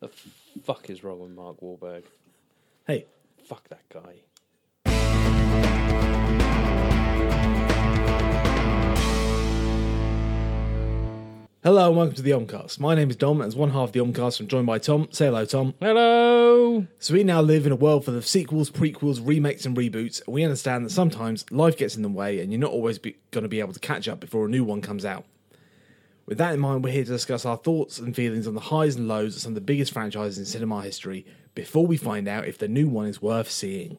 The fuck is wrong with Mark Wahlberg? Hey, Fuck that guy. hello and welcome to the Omcast. My name is Dom, and as one half of the Omcast, I'm joined by Tom. Say hello, Tom. Hello. So we now live in a world full of sequels, prequels, remakes, and reboots. And we understand that sometimes life gets in the way, and you're not always be- going to be able to catch up before a new one comes out. With that in mind, we're here to discuss our thoughts and feelings on the highs and lows of some of the biggest franchises in cinema history before we find out if the new one is worth seeing.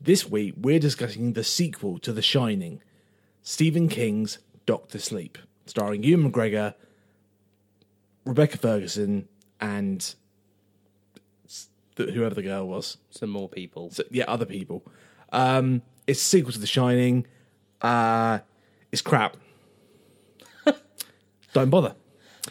This week, we're discussing the sequel to The Shining, Stephen King's Doctor Sleep, starring Ewan McGregor, Rebecca Ferguson, and s- th- whoever the girl was Some more people. so- yeah, other people. Um, it's a sequel to The Shining. Uh, it's crap. Don't bother.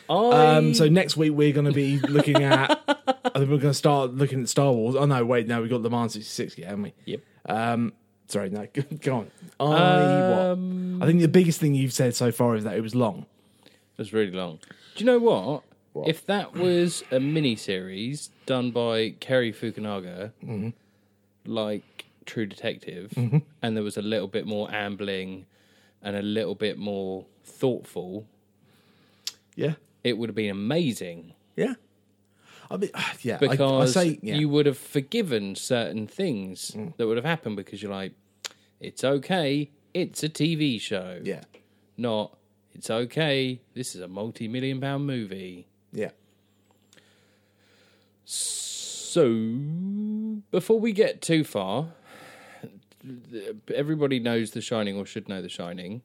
I Um, so next week we're going to be looking at. I think we're going to start looking at Star Wars. Oh no, wait, no, we got Le Mans sixty six, yeah, haven't we? Yep. Um, sorry, no, go on. I what? I think the biggest thing you've said so far is that it was long. It was really long. Do you know what? If that was a mini series done by Kerry Fukunaga, like True Detective, and there was a little bit more ambling and a little bit more thoughtful, Yeah, it would have been amazing. yeah. I mean, yeah. I- Because I, say, yeah. Mm. you would have forgiven certain things that would have happened because you're like, it's okay, it's a TV show. yeah, Not, it's okay, this is a multi million pound movie. yeah. So, before we get too far, everybody knows The Shining or should know The Shining.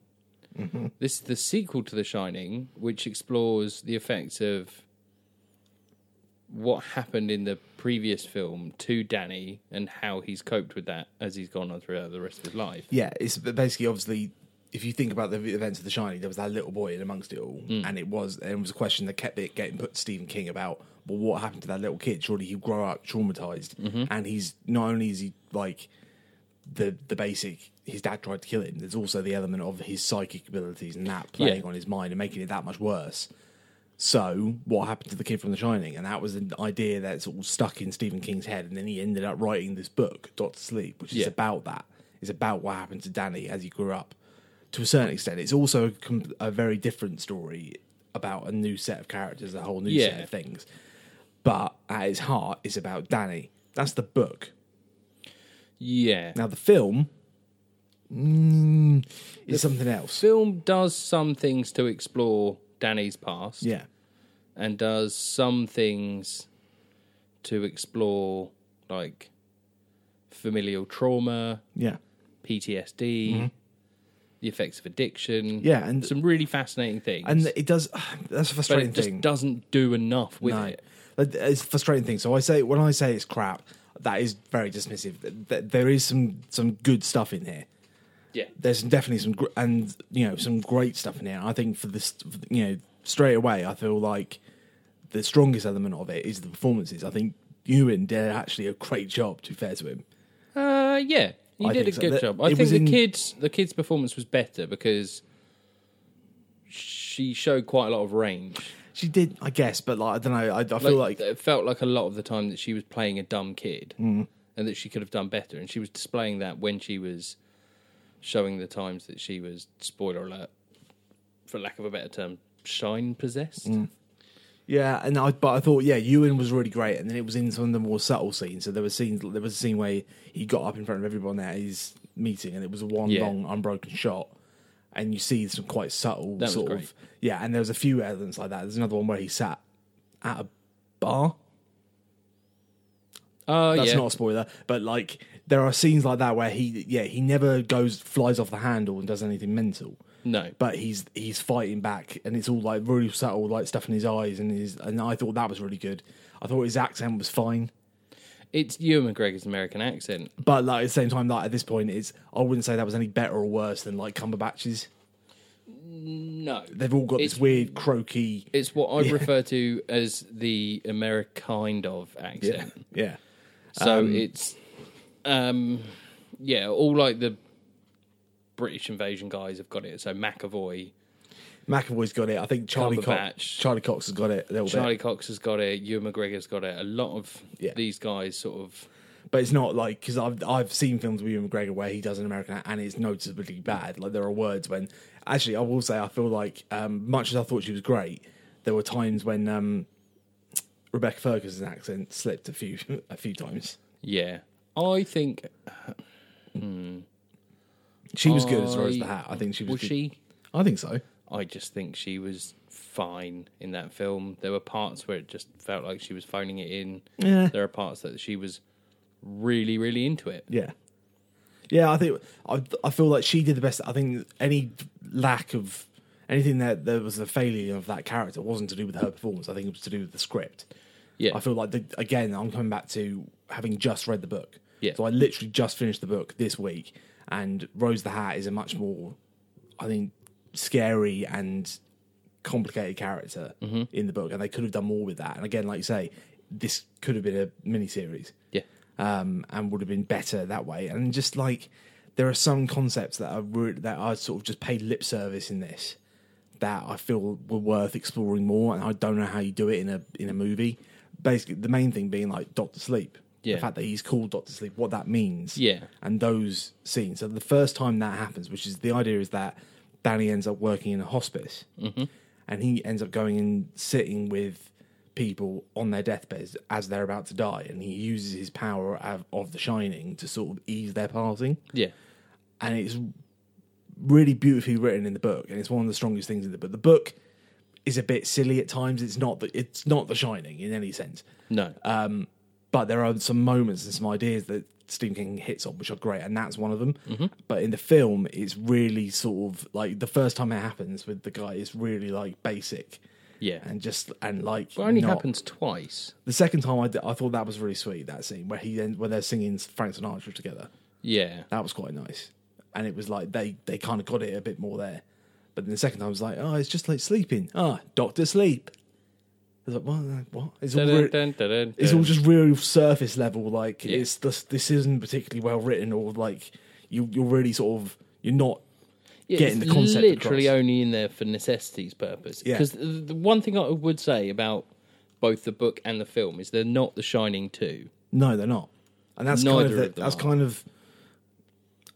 This is the sequel to The Shining, which explores the effects of what happened in the previous film to Danny and how he's coped with that as he's gone on throughout the rest of his life. yeah, it's basically obviously if you think about the events of The Shining, there was that little boy in amongst it all, and it was and it was a question that kept it getting put to Stephen King about well, what happened to that little kid? Surely he grew up traumatized, and he's not only is he like the the basic his dad tried to kill him. There's also the element of his psychic abilities and that playing Yeah. on his mind and making it that much worse. So, what happened to the kid from The Shining? And that was an idea that's all stuck in Stephen King's head. And then he ended up writing this book, Doctor Sleep, which is Yeah. about that. It's about what happened to Danny as he grew up. To a certain extent, it's also a, com- a very different story about a new set of characters, a whole new set Yeah. of things. But at its heart, it's about Danny. That's the book. Yeah. Now, the film mm, is something else. film does some things to explore Danny's past. Yeah. and does some things to explore like familial trauma, Yeah. PTSD, the effects of addiction. Mm-hmm. Yeah, and- some really fascinating things. And it does, that's a but frustrating it just thing. doesn't do enough with No, it. Like, it's a frustrating thing. So I say when I say it's crap, that is very dismissive. Th- th- There is some some good stuff in here. Yeah. There's definitely some gr- and you know some great stuff in here. I think for this, for the- you know, straight away, I feel like the strongest element of it is the performances. I think Ewan did actually a great job. To be fair to him, Uh, yeah, you I did a think so. good That- job. I it think was the in- kids, the kids' performance was better because she showed quite a lot of range. she did, I guess, but like I don't know. I, I feel like Mm. it felt like a lot of the time that she was playing a dumb kid and that she could have done better and she was displaying that when she was showing the times that she was spoiler alert for lack of a better term shine possessed Mm. Yeah, and I but I thought yeah, Ewan was really great, and then it was in some of the more subtle scenes. So there were scenes, there was a scene where he got up in front of everyone at his meeting, and it was one Yeah. long unbroken shot, and you see some quite subtle was sort great. of yeah. And there was a few elements like that. There's another one where he sat at a bar. oh That's yeah not a spoiler, but like there are scenes like that where he yeah he never goes flies off the handle and does anything mental no but he's he's fighting back and it's all like really subtle like stuff in his eyes and his and I thought that was really good. I thought his accent was fine. it's Ewan McGregor's American accent But like at the same time, like at this point it's I wouldn't say that was any better or worse than like Cumberbatch's. no They've all got It's- this weird croaky it's what I refer to as the American kind of Yeah. accent Yeah. So it's um yeah, all like the British invasion guys have got it. So McAvoy McAvoy's got it. I think Charlie Cox. Cumberbatch. Charlie Cox has got it a little Charlie Cox has got it. Ewan McGregor's got it. A lot of Yeah. these guys sort of. bit, but it's not like because I've I've seen films with Ewan McGregor where he does an American accent and it's noticeably bad. Like there are words when actually I will say I feel like um, much as I thought she was great, there were times when um, Rebecca Ferguson's accent slipped a few a few times. Yeah, I think She was good as far as the I- hat. I think she was. was good. she? I think so. I just think she was fine in that film. There were parts where it just felt like she was phoning it in. Yeah. There are parts that she was really, really into it. Yeah, yeah. I think I, I feel like she did the best. I think any lack of anything that there was a failure of that character wasn't to do with her performance. I think it was to do with the script. Yeah. I feel like the, again I'm coming back to having just read the book. Yeah. So I literally just finished the book this week, and Rose the Hat is a much more, I think, scary and complicated character Mm-hmm. in the book, and they could have done more with that. And again, like you say, this could have been a mini series yeah. um, and would have been better that way. And just like there are some concepts that are re- that I sort of just paid lip service in this that I feel were worth exploring more. And I don't know how you do it in a in a movie. Basically, the main thing being like Doctor Sleep, Yeah. the fact that he's called Doctor Sleep, what that means, Yeah. and those scenes. So the first time that happens, which is the idea is that Danny ends up working in a hospice, and he ends up going and sitting with people on their deathbeds as they're about to die, and he uses his power of, of The Shining to sort of ease their passing, Yeah. and it's really beautifully written in the book, and it's one of the strongest things in the book. The book is a bit silly at times. It's not the, it's not The Shining in any sense No. Uh, but there are some moments and some ideas that Stephen King hits on, which are great, and that's one of them. Mm-hmm. But in the film, it's really sort of like the first time it happens with the guy is really like basic yeah. and just and like It only not- happens twice. The second time I, did, I thought that was really sweet that scene where he then where they're singing Frank Sinatra together. Yeah. That was quite nice, and it was like they they kind of got it a bit more there. But then the second time I was like, oh, it's just like sleeping. Ah, Doctor Sleep. I was like, what? What? It's all Dun, re- dun, dun, dun, it's dun. all just real surface level. Like it's this this isn't particularly well written, or like you you're really sort of you're not. Yeah, getting it's the concept literally across. only in there for necessities purpose. Yeah. Because the one thing I would say about both the book and the film is they're not The Shining two. No, they're not, and that's kind Neither of, of the, them that's are. kind of.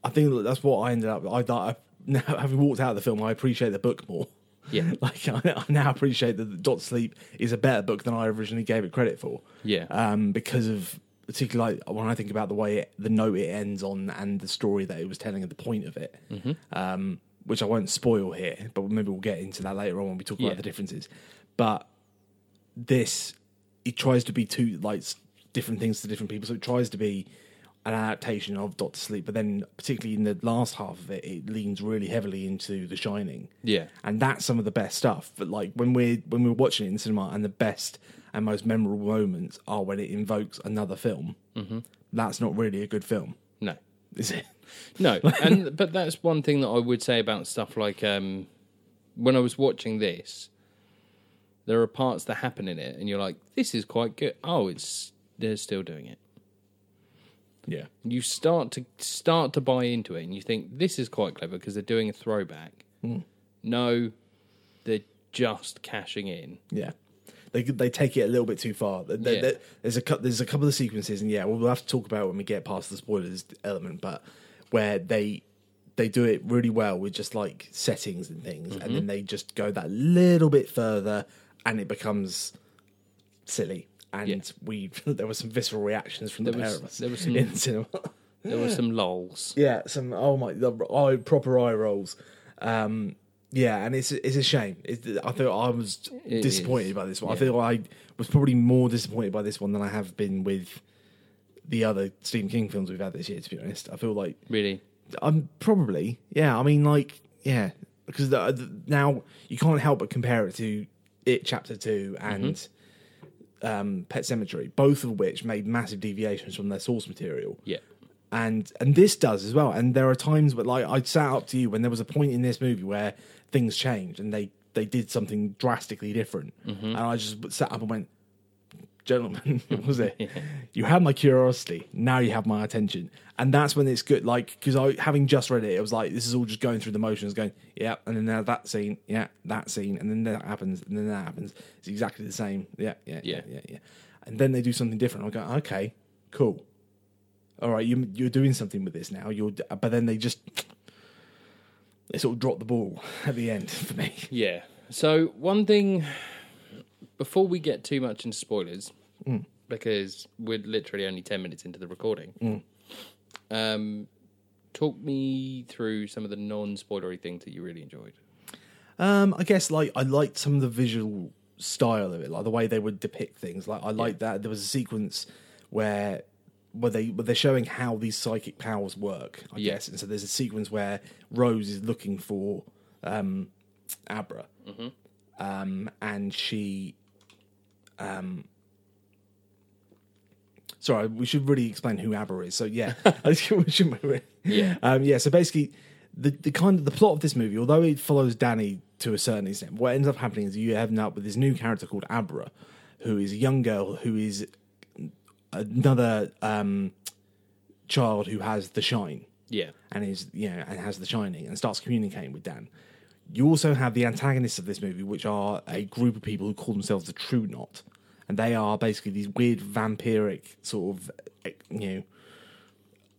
I think that that's what I ended up. I, I now having walked out of the film, I appreciate the book more. Yeah. Like I, I now appreciate that Dot Sleep is a better book than I originally gave it credit for. Yeah. Um, because of particularly like when I think about the way it, the note it ends on and the story that it was telling and the point of it, Mm-hmm. um, which I won't spoil here, but maybe we'll get into that later on when we talk Yeah. about the differences. But this, it tries to be two like s- different things to different people, so it tries to be an adaptation of Doctor Sleep, but then particularly in the last half of it, it leans really heavily into The Shining Yeah. and that's some of the best stuff. But like when we're when we're watching it in cinema, and the best and most memorable moments are when it invokes another film. Mm-hmm. That's not really a good film, No. is it? No, and but that's one thing that I would say about stuff like um, when I was watching this, there are parts that happen in it, and you're like, "This is quite good." Oh, it's they're still doing it. Yeah, You start to start to buy into it, and you think this is quite clever because they're doing a throwback. No, they're just cashing in. yeah. They they take it a little bit too far. They- they- Yeah. they- there's a cou- there's a couple of sequences, and yeah, we'll have to talk about it when we get past the spoilers element, but where they. They do it really well with just like settings and things, and Mm-hmm. then they just go that little bit further, and it becomes silly. And we there were some visceral reactions from the There pair was- of us there was some- in the cinema. There were some lols. yeah, some oh my the eye proper eye rolls. Um, yeah, and it's it's a shame. It's, I thought I was It disappointed is, by this one. I feel I was probably more disappointed by this one than I have been with the other Stephen King films we've had this year. To be honest, I feel like Really, I'm probably yeah. I mean, like yeah, because the, the, now you can't help but compare it to it Chapter Two and Mm-hmm. um, Pet Cemetery, both of which made massive deviations from their source material. yeah, And and this does as well. And there are times, but like I sat up to you when there was a point in this movie where things changed and they they did something drastically different, and I just sat up and went, gentlemen, was it? You had my curiosity. Now you have my attention, and that's when it's good. Like because I, having just read it, it was like this is all just going through the motions, going yeah, and then now that scene, yeah, that scene, and then that happens, and then that happens. It's exactly the same. Yeah, yeah, yeah, Yeah. yeah, yeah. And then they do something different. I go, okay, cool. All right, you, you're doing something with this now. You're, d- but then they just they sort of drop the ball at the end for me. Yeah. So one thing before we get too much into spoilers, because we're literally only ten minutes into the recording. Um, talk me through some of the non-spoilery things that you really enjoyed. Um, I guess like I liked some of the visual style of it, like the way they would depict things. Like I liked that there was a sequence where where they where they're showing how these psychic powers work. I Yeah. guess, and so there's a sequence where Rose is looking for um, Abra, um, and she. Um, sorry, we should really explain who Abra is. So yeah, I should- we should- Yeah. um, yeah. So basically, the the kind of the plot of this movie, although it follows Danny to a certain extent, what ends up happening is you end up with this new character called Abra, who is a young girl who is another um, child who has the shine Yeah. and is you know and has the shining and starts communicating with Dan. You also have the antagonists of this movie, which are a group of people who call themselves the True Knot, and they are basically these weird vampiric sort of eh, you know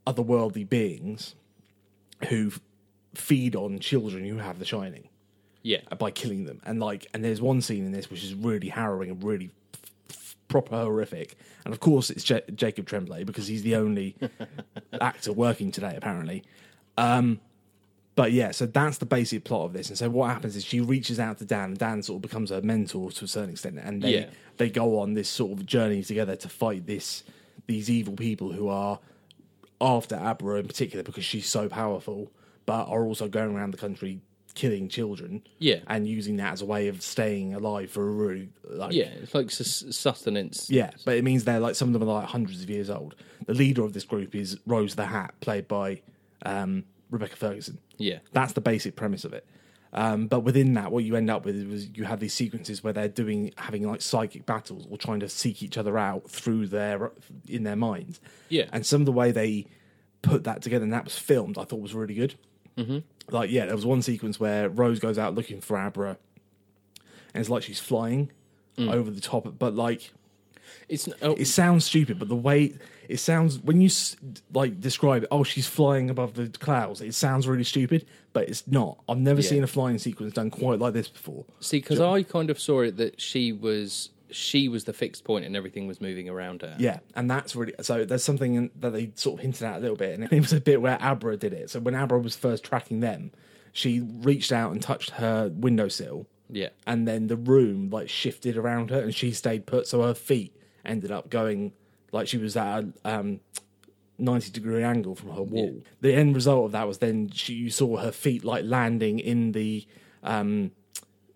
otherworldly beings who f- feed on children who have the shining Yeah. uh, by killing them. And like, and there's one scene in this which is really harrowing and really f- f- proper horrific. And of course, it's Ja- Jacob Tremblay because he's the only actor working today, apparently. Um, but yeah, so that's the basic plot of this. And so what happens is she reaches out to Dan, and Dan sort of becomes her mentor to a certain extent, and they Yeah. they go on this sort of journey together to fight this these evil people who are after Abra in particular because she's so powerful, but are also going around the country killing children. Yeah. And using that as a way of staying alive for a really like Yeah. It's like sus- sustenance. yeah, but it means they're like some of them are like hundreds of years old. The leader of this group is Rose the Hat, played by um, Rebecca Ferguson. Yeah. That's the basic premise of it. Um, but within that, what you end up with is you have these sequences where they're doing having like psychic battles or trying to seek each other out through their in their minds. Yeah. and some of the way they put that together and that was filmed, I thought was really good. Mm-hmm. Like, yeah, there was one sequence where Rose goes out looking for Abra, and it's like she's flying over the top, but like It's n- oh, it sounds stupid, but the way it sounds when you s- like describe, it, oh, she's flying above the clouds. It sounds really stupid, but it's not. I've never Yeah. seen a flying sequence done quite like this before. see because I kind of saw it that she was she was the fixed point and everything was moving around her. Yeah, and that's really so. There's something in- that they sort of hinted at a little bit, and it was a bit where Abra did it. So when Abra was first tracking them, she reached out and touched her windowsill, Yeah. and then the room like shifted around her, and she stayed put. So her feet ended up going like she was at a um, ninety degree angle from her wall. The end result of that was then she you saw her feet like landing in the um,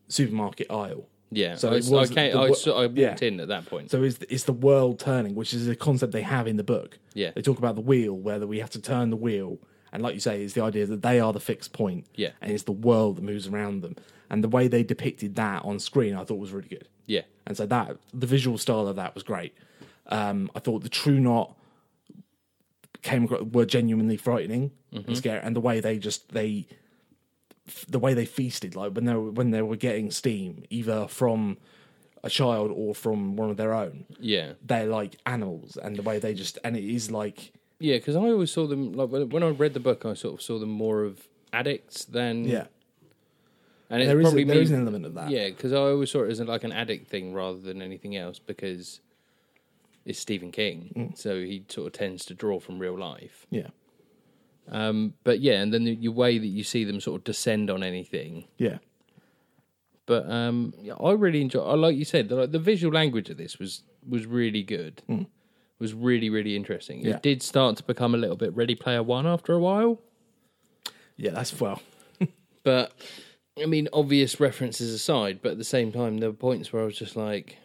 supermarket aisle. Yeah. So So I, it was okay, the I, wo- saw, I walked yeah. in at that point. So it's it's the world turning, which is a concept they have in the book. Yeah. they talk about the wheel, whether we have to turn the wheel, and like you say, it's the idea that they are the fixed point. Yeah. and it's the world that moves around them, and the way they depicted that on screen, I thought was really good. yeah. And so that the visual style of that was great. Um, I thought the True Knot came across, were genuinely frightening Mm-hmm. and scary, and the way they just they the way they feasted, like when they were, when they were getting steam, either from a child or from one of their own, Yeah. they're like animals, and the way they just and it is like Yeah, because I always saw them like when when I read the book, I sort of saw them more of addicts than And it's there is a, probably there me, is an element of that. yeah, because I always saw it as like an addict thing rather than anything else because it's Stephen King, Mm. so he sort of tends to draw from real life. yeah, Um, but yeah, and then the, your way that you see them sort of descend on anything. yeah. But um, yeah, I really enjoy. I like you said, the, like, the visual language of this was was really good. Was really really interesting. Hmm. Yeah. It did start to become a little bit Ready Player One after a while. Yeah, That's well. But I mean, obvious references aside, but at the same time, there were points where I was just like,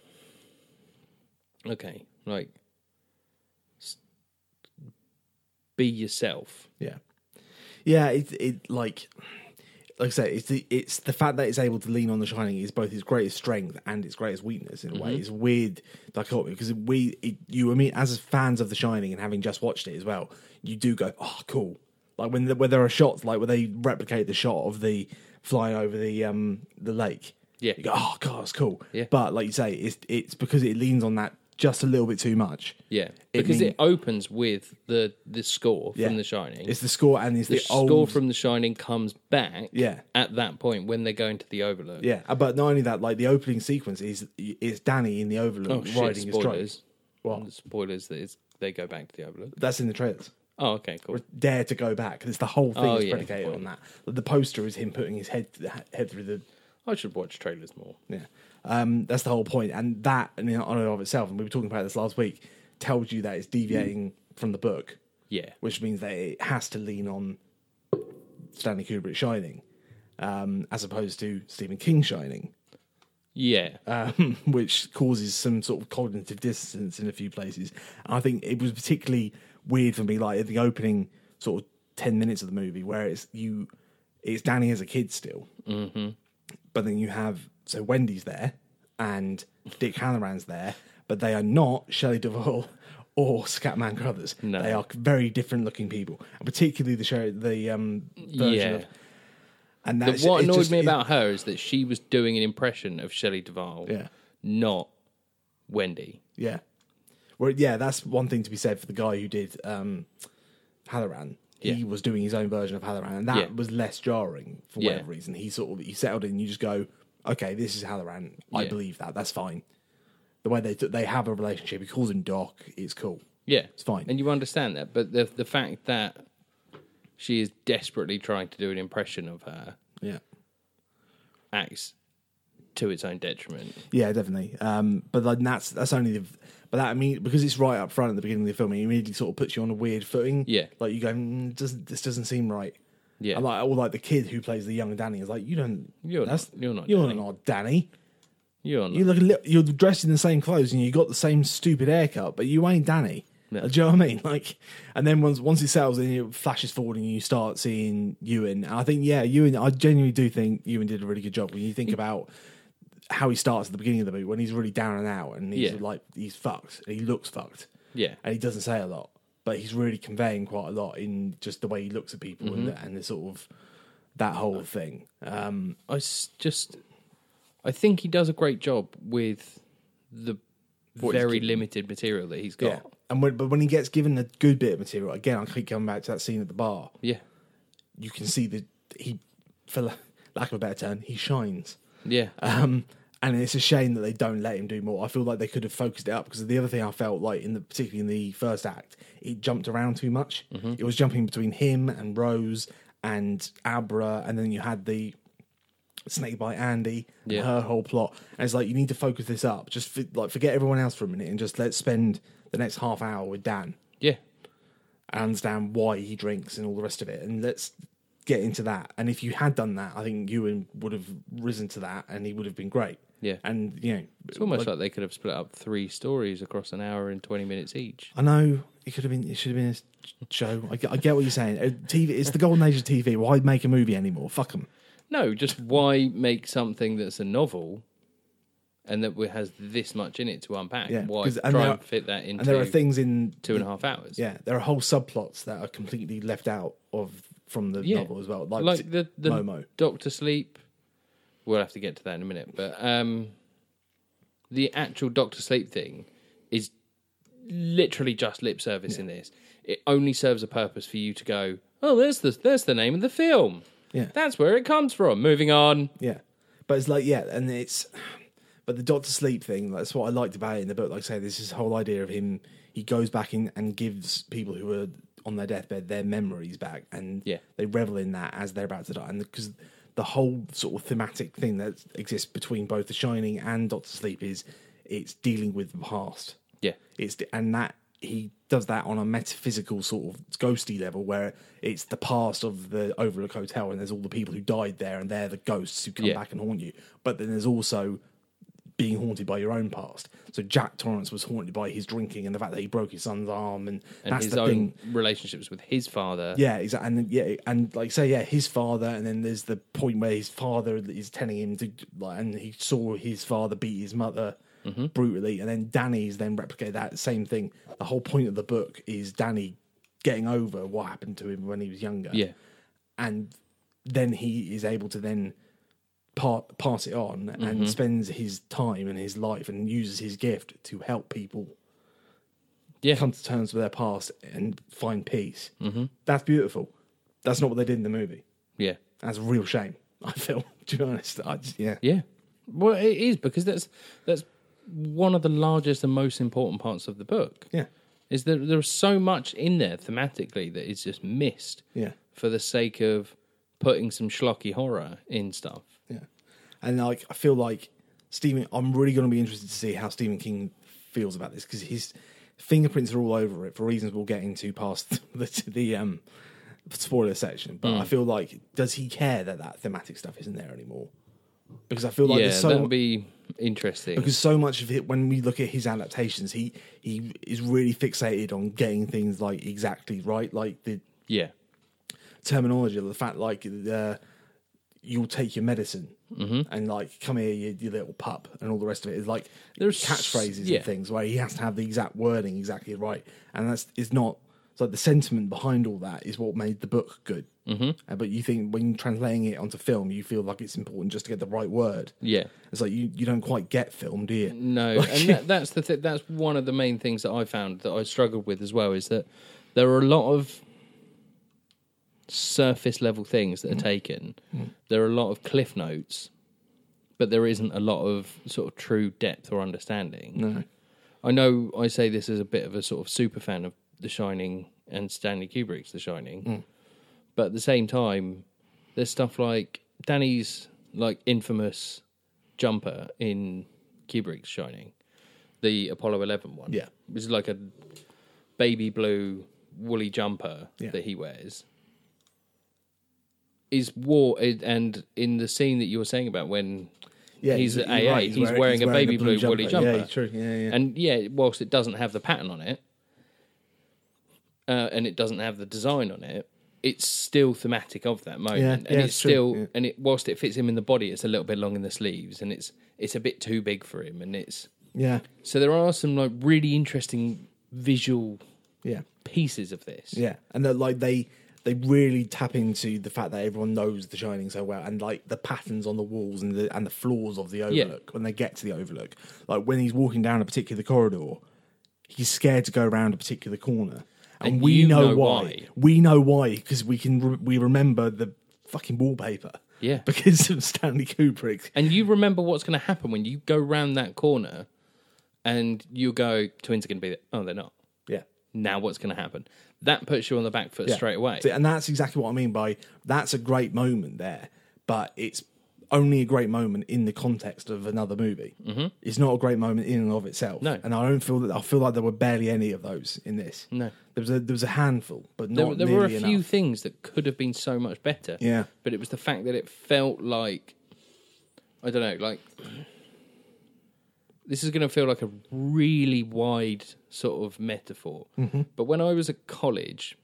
okay, like, s- be yourself. Yeah, yeah. It it like like I said, it's the it's the fact that it's able to lean on The Shining is both its greatest strength and its greatest weakness in a Mm-hmm. way. It's a weird dichotomy because we it, you I mean as fans of The Shining and having just watched it as well, you do go oh cool. Like when the, when there are shots like where they replicate the shot of the flying over the um the lake. Yeah. You go, oh god, it's cool. Yeah. But like you say, it's it's because it leans on that just a little bit too much. Yeah, because mean- it opens with the the score Yeah. from The Shining. It's the score and it's the, the old score from The Shining comes back. Yeah. at that point when they're going to the Overlook. Yeah, uh, but not only that, like the opening sequence is is Danny in the oh Overlook shit! Mm, riding his truck. spoilers. Mm, What? spoilers that it's, they go back to the Overlook? That's in the trailers. Oh, okay, cool. Dare to go back. It's the whole thing Oh, is yeah, predicated spoiler. on that. The poster is him putting his head head through the I should watch trailers more. yeah. Um, that's the whole point, and that in and of itself, and we were talking about this last week, tells you that it's deviating from the book, Yeah, which means that it has to lean on Stanley Kubrick Shining, um, as opposed to Stephen King Shining. yeah. um, which causes some sort of cognitive dissonance in a few places. And I think it was particularly weird for me, like at the opening sort of ten minutes of the movie, where it's you, it's Danny as a kid still, mm-hmm. but then you have so Wendy's there and Dick Halloran's there, but they are not Shelley Duvall. Or Scatman Crothers. No. They are very different looking people, and particularly the show, the um, version Yeah. of. And The- that's what it's annoyed just- me it- about her is that she was doing an impression of Shelley Duvall, Yeah. not Wendy. Yeah. Well, yeah, that's one thing to be said for the guy who did um, Halloran. He Yeah. was doing his own version of Halloran, and that Yeah. was less jarring for Yeah. whatever reason. He sort of he settled in. You just go, okay, this is Halloran. I Yeah. believe that. That's fine. The way they they have a relationship, he calls him Doc. It's cool. Yeah, it's fine. and you understand that. But the the fact that she is desperately trying to do an impression of her Yeah, acts to its own detriment. yeah, definitely. Um, but then that's that's only the. But that I mean, because it's right up front at the beginning of the film, it immediately sort of puts you on a weird footing. Yeah. like you go, mm, doesn't this doesn't seem right? Yeah, And like, or like the kid who plays the young Danny is like, you don't, You're that's, not- you're not you're Danny." not Danny. you're not. You look, a li- you're dressed in the same clothes and you got the same stupid haircut, but you ain't Danny. No. Do you know what I mean? Like, and then once once it settles in, it flashes forward and you start seeing Ewan. And I think, yeah, Ewan, I genuinely do think Ewan did a really good job when you think about how he starts at the beginning of the movie when he's really down and out and he's Yeah. like he's fucked and he looks fucked yeah, and he doesn't say a lot, but he's really conveying quite a lot in just the way he looks at people and, the, and the sort of that whole thing. Um, I s- just I think he does a great job with the very limited material that he's yeah, got. and when, but when he gets given a good bit of material, again, I keep coming back to that scene at the bar. Yeah, You can see that he, for la- lack of a better term, he shines. yeah, Uh, Um, and it's a shame that they don't let him do more. I feel like they could have focused it up because the other thing I felt like in the particularly in the first act, it jumped around too much. It was jumping between him and Rose and Abra, and then you had the snake by Andy and Yeah. her whole plot. And it's like you need to focus this up. Just for, like forget everyone else for a minute and just let's spend the next half hour with Dan yeah, and understand why he drinks and all the rest of it. And let's get into that. And if you had done that, I think Ewan would have risen to that and he would have been great. Yeah. And, you know, It's almost like, they could have split up three stories across an hour and twenty minutes each. I know it could have been, it should have been a show. I get, I get what you're saying. Uh, TV, it's the golden age of TV. Why make a movie anymore? Fuck them. No, just why make something that's a novel and that has this much in it to unpack? Yeah, why 'cause- try and and, there are- fit that into And there are things in, two and a half hours? yeah, there are whole subplots that are completely left out of from the Yeah. novel as well. Like, like the the Momo. Doctor Sleep. We'll have to get to that in a minute, but um, the actual Doctor Sleep thing is literally just lip service in this. It only serves a purpose for you to go, oh, there's the there's the name of the film. Yeah. that's where it comes from. Moving on. Yeah, but it's like yeah, and it's but the Doctor Sleep thing. That's what I liked about it in the book. Like I say, this is whole idea of him. He goes back in and gives people who are on their deathbed their memories back, and Yeah. they revel in that as they're about to die. And because the whole sort of thematic thing that exists between both The Shining and Doctor Sleep is it's dealing with the past. Yeah, It's and that he does that on a metaphysical sort of ghosty level where it's the past of the Overlook Hotel and there's all the people who died there and they're the ghosts who come Yeah. back and haunt you. But then there's also being haunted by your own past. So Jack Torrance was haunted by his drinking and the fact that he broke his son's arm, and, and that's his the own thing. relationships with his father. Yeah, exactly. And then- yeah, and like say, yeah, his father, and then there's the point where his father is telling him to, like, and he saw his father beat his mother brutally, and then Danny's then replicate that same thing. The whole point of the book is Danny getting over what happened to him when he was younger, Yeah. and then he is able to then pa- pass it on and spends his time and his life and uses his gift to help people Yeah. come to terms with their past and find peace. Mm-hmm. That's beautiful. That's not what they did in the movie. Yeah. That's a real shame. I feel, to be honest. I just, yeah. Yeah. Well, it is because that's that's one of the largest and most important parts of the book. Yeah. Is that there's so much in there thematically that is just missed Yeah. for the sake of putting some schlocky horror in stuff. Yeah. And like, I feel like Stephen, I'm really going to be interested to see how Stephen King feels about this because his fingerprints are all over it for reasons we'll get into past the, the um, spoiler section. But I feel like, does he care that that thematic stuff isn't there anymore? Because I feel like yeah, there's so that'll mu- be interesting. because so much of it when we look at his adaptations he he is really fixated on getting things like exactly right like the yeah. terminology the fact like uh, you'll take your medicine Mm-hmm. and like come here you, you little pup and all the rest of it is like There's- catchphrases yeah. and things where he has to have the exact wording exactly right and that's is not it's like the sentiment behind all that is what made the book good mm-hmm. but you think when translating it onto film you feel like it's important just to get the right word Yeah. it's like you, you don't quite get film do you No, and that, that's the th- that's one of the main things that I found that I struggled with as well is that there are a lot of surface level things that are Mm. taken. There are a lot of cliff notes, but there isn't a lot of sort of true depth or understanding. No. I know I say this as a bit of a sort of super fan of The Shining and Stanley Kubrick's The Shining, Hmm. but at the same time, there's stuff like Danny's like infamous jumper in Kubrick's Shining, the Apollo 11 one. Yeah. which is like a baby blue woolly jumper Yeah. that he wears. Is war and in the scene that you were saying about when Yeah, he's, you're at AA, right, he's, wearing, a baby blue, woolly jumper. Yeah, true. Yeah, yeah. And yeah, whilst it doesn't have the pattern on it, uh, and it doesn't have the design on it, it's still thematic of that moment. Yeah, and yeah, it's it's true, still yeah. and it whilst it fits him in the body, it's a little bit long in the sleeves and it's it's a bit too big for him and it's yeah, so there are some like really interesting visual yeah, pieces of this. yeah. And that like they they really tap into the fact that everyone knows The Shining so well, and like the patterns on the walls and the and the floors of the Overlook when they get to the Overlook. Like when he's walking down a particular corridor, he's scared to go around a particular corner, and, And we you know, know why. why. We know why because we can re- we remember the fucking wallpaper. Yeah. because of Stanley Kubrick. And you remember what's going to happen when you go round that corner and you go, twins are going to be there. Oh, they're not. Yeah. Now what's going to happen? That puts you on the back foot Yeah. straight away. See, and that's exactly what I mean by that's a great moment there, but it's only a great moment in the context of another movie. Mm-hmm. It's not a great moment in and of itself. No. and I don't feel that. I feel like there were barely any of those in this. No. there was a, there was a handful, but There, not there were a nearly few enough. things that could have been so much better. Yeah. But it was the fact that it felt like I don't know, like this is going to feel like a really wide sort of metaphor. Mm-hmm. But when I was at college,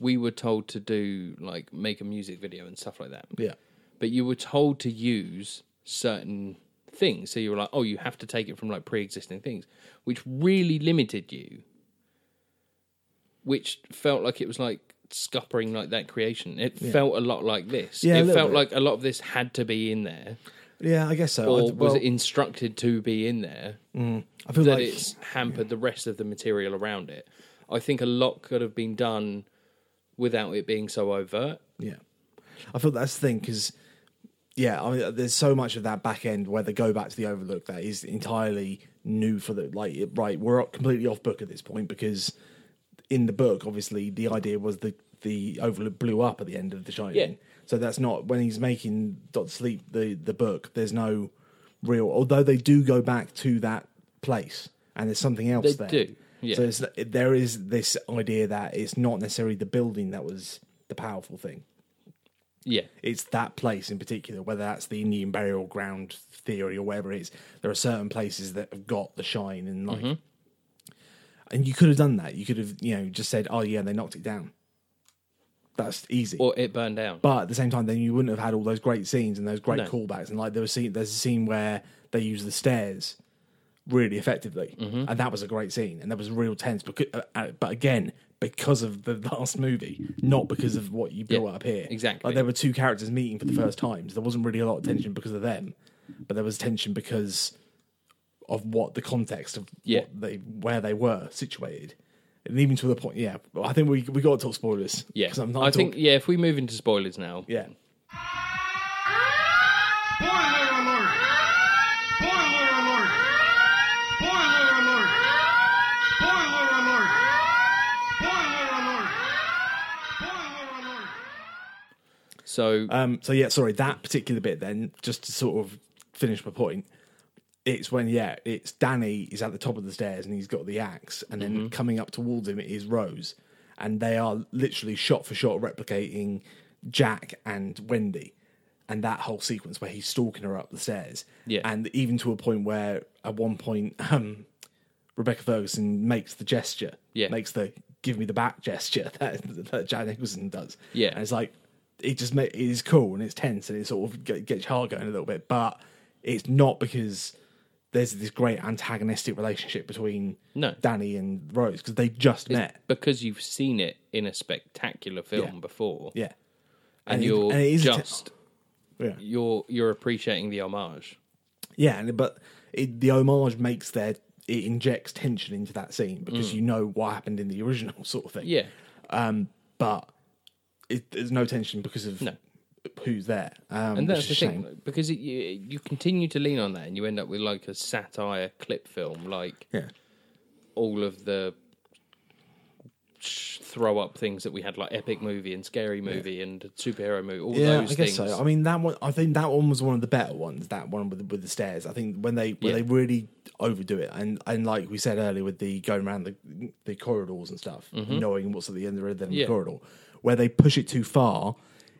we were told to do like make a music video and stuff like that. Yeah, But you were told to use certain things. So you were like, oh, you have to take it from like pre existing things, which really limited you which felt like it was like scuppering like that creation. It felt a lot like this. Yeah, a it little felt bit. like a lot of this had to be in there, yeah, I guess so. or I, was well, it instructed to be in there I feel that like it's hampered the rest of the material around it. I think a lot could have been done without it being so overt. Yeah, I feel that's the thing because yeah, I mean, uh, there's so much of that back end where they go back to the Overlook that is entirely new for the like. it- Right, we're completely off book at this point because in the book, obviously, the idea was that the Overlook blew up at the end of The Shining. Yeah. So that's not when he's making Dot Sleep the the book. There's no real, although they do go back to that place and there's something else They there. do, yeah. So it's, there is this idea that it's not necessarily the building that was the powerful thing Yeah. It's that place in particular, whether that's the Indian burial ground theory or whatever it is. There are certain places that have got the shine and like, and you could have done that. You could have, you know, just said, "Oh yeah, they knocked it down." That's easy. Or it burned down. But at the same time, then you wouldn't have had all those great scenes and those great No. callbacks. And like there was scene, there's a scene where they use the stairs really effectively, Mm-hmm. and that was a great scene, and that was real tense. Because, uh, uh, but again, because of the last movie, not because of what you built Yeah, up here. exactly. Like there were two characters meeting for the first time, so there wasn't really a lot of tension because of them, but there was tension because of what the context of Yeah. what they where they were situated. And even to the point, yeah. I think we we got to talk spoilers. yeah. 'Cause I'm not I talking- think, yeah, if we move into spoilers now. yeah. Boiler alert! Boiler alert! Boiler alert! Boiler alert! Boiler alert! Boiler alert! So, Um, so yeah, sorry, that particular bit then, just to sort of finish my point, it's when yeah, it's Danny is at the top of the stairs and he's got the axe, and Mm-hmm. then coming up towards him is Rose, and they are literally shot for shot replicating Jack and Wendy, and that whole sequence where he's stalking her up the stairs, Yeah. and even to a point where at one point, um, Rebecca Ferguson makes the gesture, Yeah. makes the give me the back gesture that, that Jack Nicholson does, Yeah. and it's like it just ma- it is cool and it's tense and it sort of get- gets your heart going a little bit, but it's not because there's this great antagonistic relationship between No. Danny and Rose because they just met. because you've seen it in a spectacular film Yeah. before, Yeah, and, it- you're and it is a te- just yeah, you're you're appreciating the homage. yeah. And, but it, the homage makes their it injects tension into that scene because you know what happened in the original sort of thing. Mm. Yeah, but it, there's no tension because of No. who's there. Um, and that's which the is a shame. thing because it, you you continue to lean on that, and you end up with like a satire clip film, like Yeah, all of the sh- throw up things that we had, like epic movie and scary movie and superhero movie, all yeah, those I guess things. so. I mean, that one. I think that one was one of the better ones. That one with the, with the stairs. I think when they when Yeah. they really overdo it, and and like we said earlier, with the going around the the corridors and stuff, knowing what's at the end of the Mm-hmm. Yeah. corridor, where they push it too far,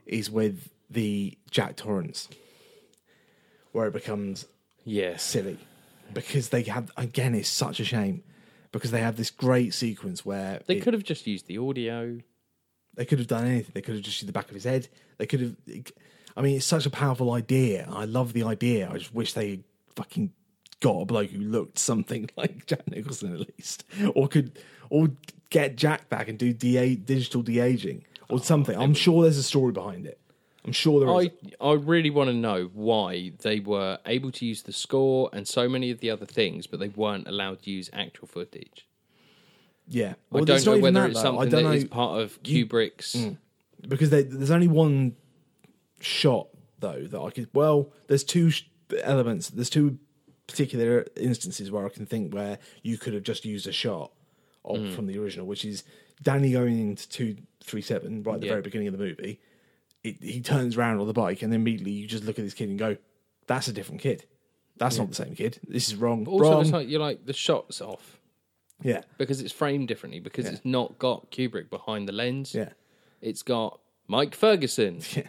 is with the Jack Torrance, where it becomes Yes, silly because they have again. It's such a shame because they have this great sequence where they it- could have just used the audio. They could have done anything. They could have just used the back of his head. They could have. I mean, it's such a powerful idea. I love the idea. I just wish they fucking got a bloke who looked something like Jack Nicholson at least, or could, or get Jack back and do da digital de aging or something. I'm sure there's a story behind it. I'm sure there is. Oh, I I really want to know why they were able to use the score and so many of the other things, but they weren't allowed to use actual footage. Yeah, I Well, don't it's not know even whether that, it's though. something that is part of Kubrick's. Mm. because they, there's only one shot though that I could. Well, there's two sh- elements. There's two particular instances where I can think where you could have just used a shot of, Mm. from the original, which is Danny going into two three seven right at the Yeah. very beginning of the movie. It, he turns around on the bike, and immediately you just look at this kid and go, "That's a different kid. That's not the same kid. This is wrong. Also, wrong. it's like you're like the shots off yeah, because it's framed differently because it's not got Kubrick behind the lens. yeah." It's got Mike Ferguson. Yeah.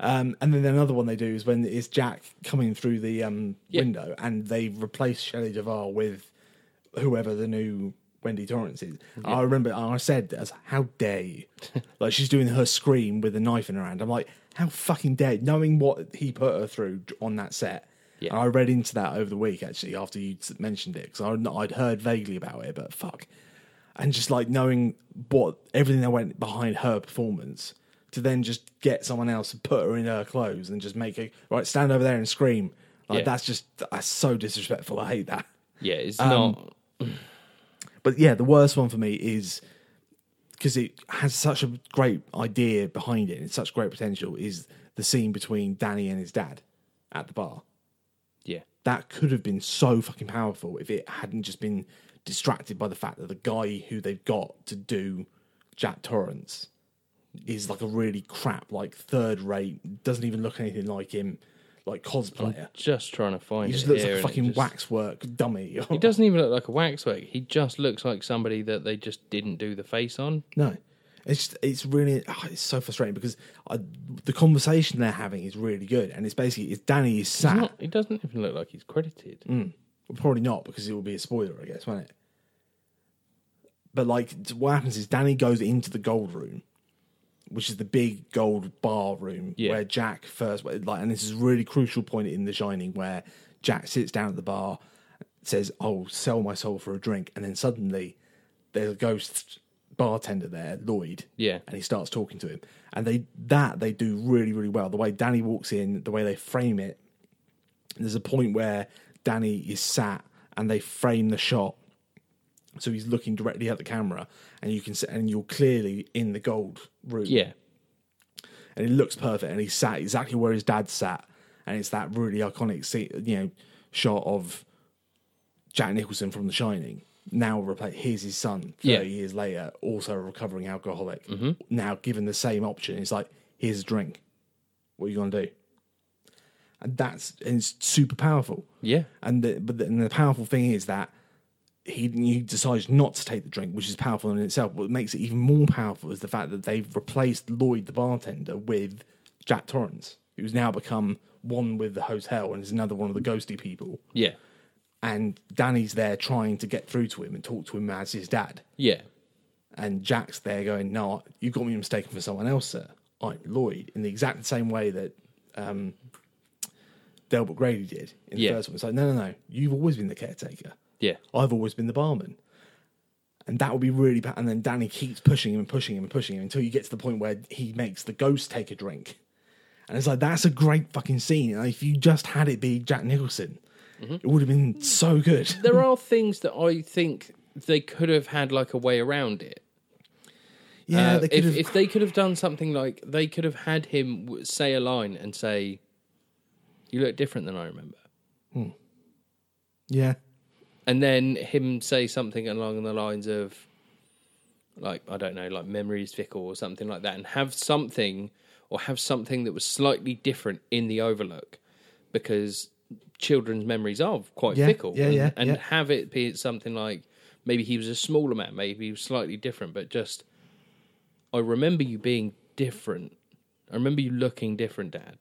Um, and then another one they do is when it's Jack coming through the um, Yeah. window and they replace Shelley Duvall with whoever the new Wendy Torrance is. I remember I said, as how dare you? like she's doing her scream with a knife in her hand. I'm like, how fucking dare Knowing what he put her through on that set. Yeah. And I read into that over the week actually after you mentioned it because I'd heard vaguely about it, but fuck and just like knowing what everything that went behind her performance to then just get someone else to put her in her clothes and just make her right stand over there and scream like Yeah. that's just that's so disrespectful i hate that Yeah, it's Um, not. but yeah the worst one for me is because it has such a great idea behind it and such great potential is the scene between danny and his dad at the bar Yeah, that could have been so fucking powerful if it hadn't just been distracted by the fact that the guy who they've got to do Jack Torrance is like a really crap, like third rate, doesn't even look anything like him, like cosplayer. just trying to find. He it just looks here like a Oh, and it fucking just- waxwork dummy. Oh, He doesn't even look like a waxwork. He just looks like somebody that they just didn't do the face on. No. It's just, it's really oh, it's so frustrating because I, the conversation they're having is really good, and it's basically it's Danny is sad. Not, he doesn't even look like he's credited. Mm. Well, probably not because it will be a spoiler, I guess, won't it? But like, t- what happens is Danny goes into the gold room, which is the big gold bar room Yeah. where Jack first like, and this is a really crucial point in The Shining where Jack sits down at the bar, says, "I'll sell my soul for a drink," and then suddenly there's a ghost bartender there, Lloyd, Yeah. and he starts talking to him, and they that they do really really well. The way Danny walks in, the way they frame it, there's a point where Danny is sat and they frame the shot. So he's looking directly at the camera and you can see, and you're clearly in the gold room. Yeah. And it looks perfect and he's sat exactly where his dad sat. And it's that really iconic scene, you know, shot of Jack Nicholson from The Shining. Now replace here's his son 30 Yeah. Mm-hmm. years later, also a recovering alcoholic. Now given the same option, it's like, here's a drink. What are you gonna do? And that's and it's super powerful. Yeah. And the, but the, and the powerful thing is that he, he decides not to take the drink, which is powerful in itself. What makes it even more powerful is the fact that they've replaced Lloyd the bartender with Jack Torrance, who's now become one with the hotel and is another one of the ghosty people. Yeah. And Danny's there trying to get through to him and talk to him as his dad. Yeah. And Jack's there going, No, you got me mistaken for someone else, sir. I'm Lloyd, in the exact same way that um, Delbert Grady did in the Yeah. first one. It's like, No, no, no, you've always been the caretaker. Yeah. I've always been the barman. And that would be really bad. And then Danny keeps pushing him and pushing him and pushing him until you get to the point where he makes the ghost take a drink. And it's like, that's a great fucking scene. Like, if you just had it be Jack Nicholson, Mm-hmm. it would have been so good. There are things that I think they could have had like a way around it. Yeah, Uh, they could if, have. if they could have done something like they could have had him w- say a line and say, "You look different than I remember," yeah. and then him say something along the lines of, like I don't know, like memory is fickle or something like that, and have something or have something that was slightly different in the Overlook because children's memories are quite Yeah, fickle, yeah, and, yeah, and yeah. have it be something like maybe he was a smaller man, maybe he was slightly different, but just I remember you being different. I remember you looking different, Dad.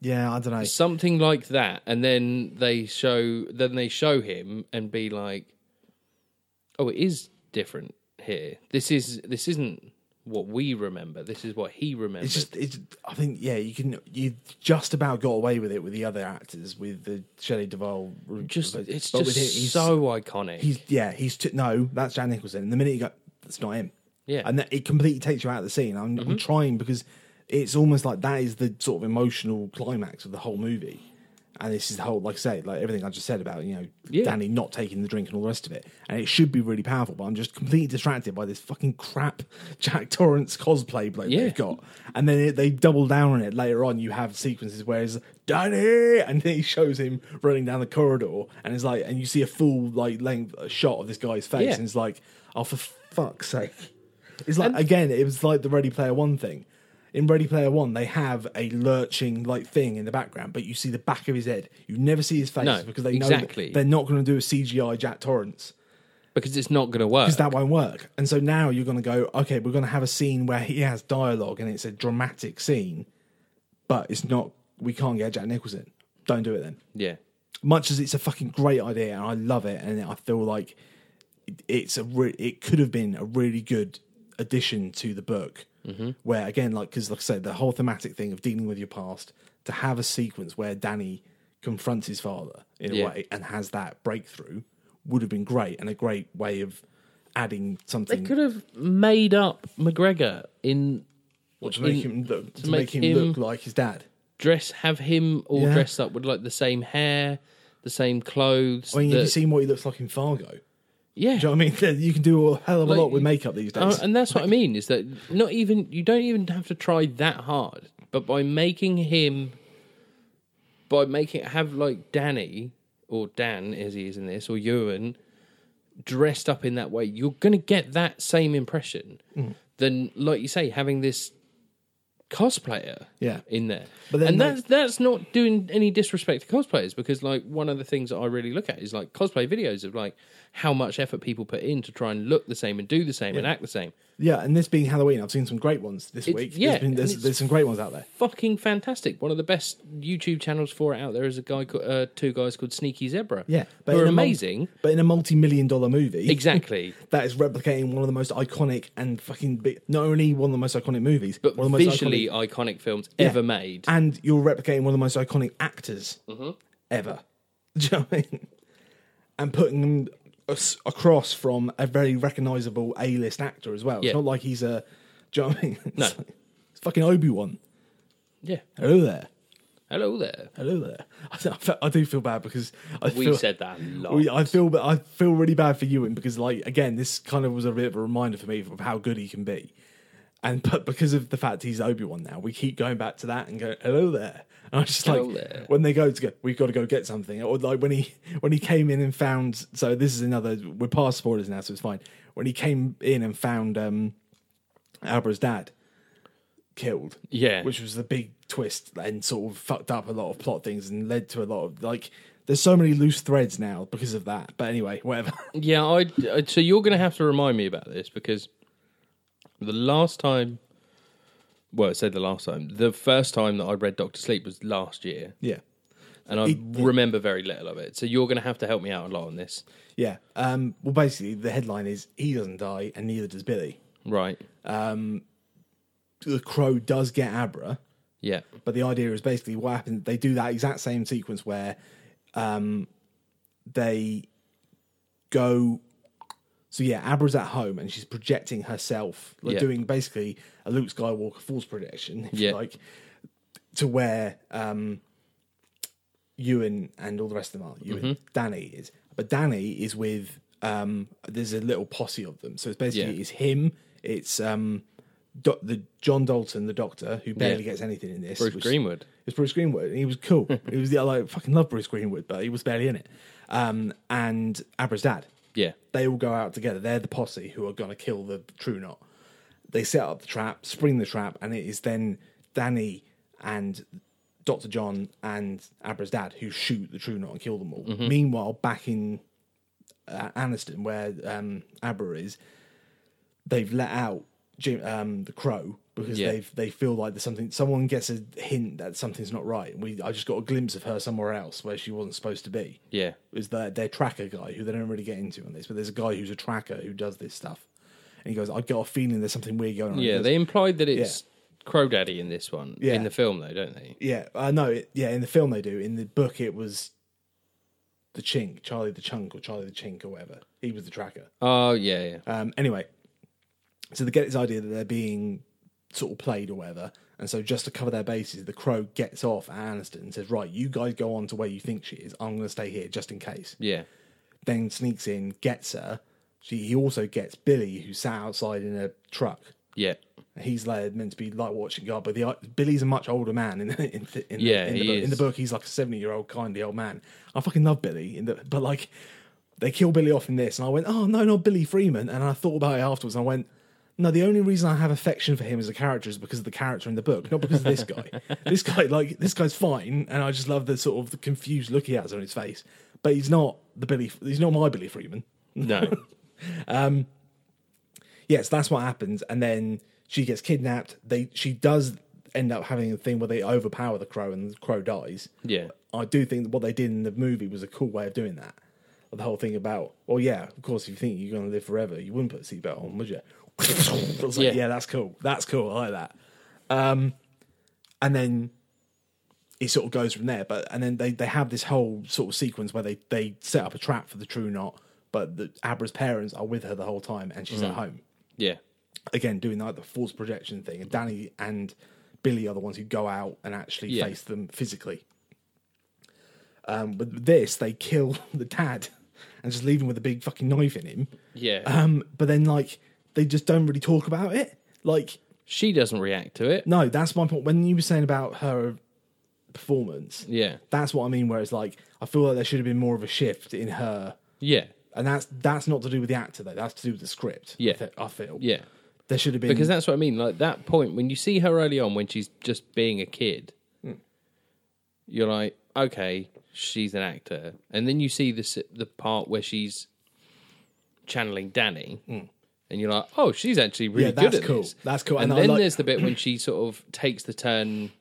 Yeah, I don't know. Something like that, and then they show, then they show him and be like, "Oh, it is different here. This is this isn't what we remember. This is what he remembers." It's just, it's, I think, yeah, you can, you just about got away with it with the other actors, with the Shelley Duvall. Just- it's but with just him, he's- so iconic. He's yeah, he's t- no, that's Jack Nicholson. And the minute you go, that's not him. Yeah. Mm-hmm. and that, it completely takes you out of the scene. I'm, I'm trying because it's almost like that is the sort of emotional climax of the whole movie. And this is the whole, like I say, like everything I just said about you know Yeah. Danny not taking the drink and all the rest of it, and it should be really powerful. But I'm just completely distracted by this fucking crap Jack Torrance cosplay bloke Yeah. they've got. And then it, they double down on it later on. You have sequences where it's Danny, and then he shows him running down the corridor, and it's like, and you see a full like length shot of this guy's face, Yeah. and it's like, oh for fuck's sake! It's like again, it was like the Ready Player One thing. In Ready Player One, they have a lurching like thing in the background, but you see the back of his head. You never see his face No, because they know exactly. that they're not going to do a CGI Jack Torrance because it's not going to work. because that won't work. And so now you're going to go, okay, we're going to have a scene where he has dialogue and it's a dramatic scene, but it's not. We can't get Jack Nicholson. Don't do it then. yeah, Much as it's a fucking great idea and I love it, and I feel like it- it's a re- it could have been a really good addition to the book. Mm-hmm. Where again, like because like I said, the whole thematic thing of dealing with your past to have a sequence where Danny confronts his father in Yeah. a way and has that breakthrough would have been great and a great way of adding something could have made up McGregor in Or to make him look to, make make, him, him- look like his dad. dress, have him all Yeah. dressed up with like the same hair, the same clothes. I mean, the- have you seen what he looks like in Fargo? yeah, Do you know what I mean? You can do a hell of a Like, lot with makeup these Uh, days. and that's what I mean is that not even you don't even have to try that hard, but by making him, by making have like Danny or Dan as he is in this or Ewan dressed up in that way, Mm. you're going to get that same impression. Than like you say, having this cosplayer Yeah. in there. But then and they- that's that's not doing any disrespect to cosplayers because like one of the things that I really look at is like cosplay videos of like how much effort people put in to try and look the same and do the same and act the same. Yeah, and this being Halloween, I've seen some great ones this It's- week. yeah, there's, been, there's, and it's- there's some great ones out there. Fucking fantastic! One of the best YouTube channels for it out there is a guy, called, uh, two guys called Sneaky Zebra. Yeah, who are in a mul- amazing. but in a multi-million dollar movie, exactly, that is replicating one of the most iconic and fucking big, not only one of the most iconic movies, but one of the most visually iconic, iconic, films Yeah. ever made. Mm-hmm. and you're replicating one of the most iconic actors ever. Do you know what I mean? And putting them as- across from a very recognizable A-list actor as well. Yeah. It's not like he's a, do you know what I mean? It's No. like- it's fucking Obi Wan. yeah, Hello there. hello there. Hello there. I, do- I fe- I do feel bad because I We feel, said that a lot. We- I feel, ba- I feel really bad for Ewan because, like, again, this kind of was a bit of a reminder for me of how good he can be, and but because of the fact he's Obi Wan now, we keep going back to that and go, "Hello there." And I was just Hello like, there. when they go to go, we've got to go get something, or like when he when he came in and found. So this is another. We're past spoilers now, so it's fine. When he came in and found um Albra's dad killed, Yeah. which was the big twist and sort of fucked up a lot of plot things and led to a lot of like there's so many loose threads now because of that. But anyway, whatever. Yeah, I, I- so you're going to have to remind me about this because the last time, well, I said the last time, the first time that I read Doctor Sleep was last year, yeah, and I It- remember very little of it. So you're going to have to help me out a lot on this, yeah. Um, well, basically, the headline is he doesn't die and neither does Billy. right? The crow does get Abra, Yeah, but the idea is basically what happens. They do that exact same sequence where um, they go. So yeah, Abra's at home and she's projecting herself, like Yeah. doing basically a Luke Skywalker false projection, if Yeah. you like, to where um, Ewan and all the rest of them are. Ewan, Mm-hmm. Danny is, but Danny is with. Um, there's a little posse of them, so it's basically Yeah. it's him, it's um, Do- the John Dalton, the Doctor, who barely Yeah. gets anything in this. Bruce which- Greenwood. It's Bruce Greenwood. and He was cool. he was the I like fucking love Bruce Greenwood, but he was barely in it. Um, and Abra's dad. Yeah, They all go out together. They're the posse who are going to kill the True Knot. They set up the trap, spring the trap, and it is then Danny and Doctor John and Abra's dad who shoot the True Knot and kill them all. Meanwhile, back in uh, Aniston, where um, Abra is, they've let out Jim, um, the crow because Yeah. they've they feel like there's something. Someone gets a hint that something's not right. We I just got a glimpse of her somewhere else where she wasn't supposed to be. yeah, Is their their tracker guy who they don't really get into on this, but there's a guy who's a tracker who does this stuff, and he goes, "I got a feeling there's something weird going on." He yeah. goes, They implied that it's Crow Daddy in this one in the film, though, don't they? yeah, I know. it- Yeah, in the film they do. In the book, it was the Chink, Charlie the Chunk, or Charlie the Chink, or whatever. He was the tracker. Oh, yeah, yeah. Um, anyway, so they get this idea that they're being sort of played or whatever. And so, just to cover their bases, the crow gets off at Aniston and says, Right, you guys go on to where you think she is. I'm going to stay here just in case. yeah. Then sneaks in, gets her. She, he also gets Billy, who sat outside in a truck. Yeah, He's like meant to be like watching guard, but the Billy's a much older man in the in the, in, Yeah, the, in, the, he book. in the is. book. He's like a seventy year old kindly old man. I fucking love Billy in the but like they kill Billy off in this, and I went, oh no, not Billy Freeman. And I thought about it afterwards, and I went, no, the only reason I have affection for him as a character is because of the character in the book, not because of this guy. this guy, like this guy's fine, and I just love the sort of the confused look he has on his face. But he's not the Billy. He's not my Billy Freeman no, yes, that's what happens. And then she gets kidnapped. They she does end up having a thing where they overpower the crow and the crow dies. yeah, I do think that what they did in the movie was a cool way of doing that. The whole thing about, well, yeah, of course, if you think you're going to live forever, you wouldn't put a seatbelt on, would you? I was like, Yeah. yeah. that's cool. That's cool. I like that. Um, and then it sort of goes from there. But and then they, they have this whole sort of sequence where they, they set up a trap for the true knot, but the Abra's parents are with her the whole time, and she's at Mm. home yeah, again doing like the force projection thing and danny and billy are the ones who go out and actually Yeah. face them physically um with this they kill the dad and just leave him with a big fucking knife in him yeah. um but then like they just don't really talk about it like she doesn't react to it. no that's my point when you were saying about her performance Yeah, that's what i mean where it's like i feel like there should have been more of a shift in her yeah, and that's that's not to do with the actor though that's to do with the script I Yeah. thi- i feel yeah. There should have been Because that's what I mean. Like that point when you see her early on when she's just being a kid, Mm. you're like, okay, she's an actor, and then you see this the part where she's channeling Danny, and you're like, oh, she's actually really Mm. Yeah, good that's at cool. this. That's cool. And, And I then like- there's the bit when she sort of takes the turn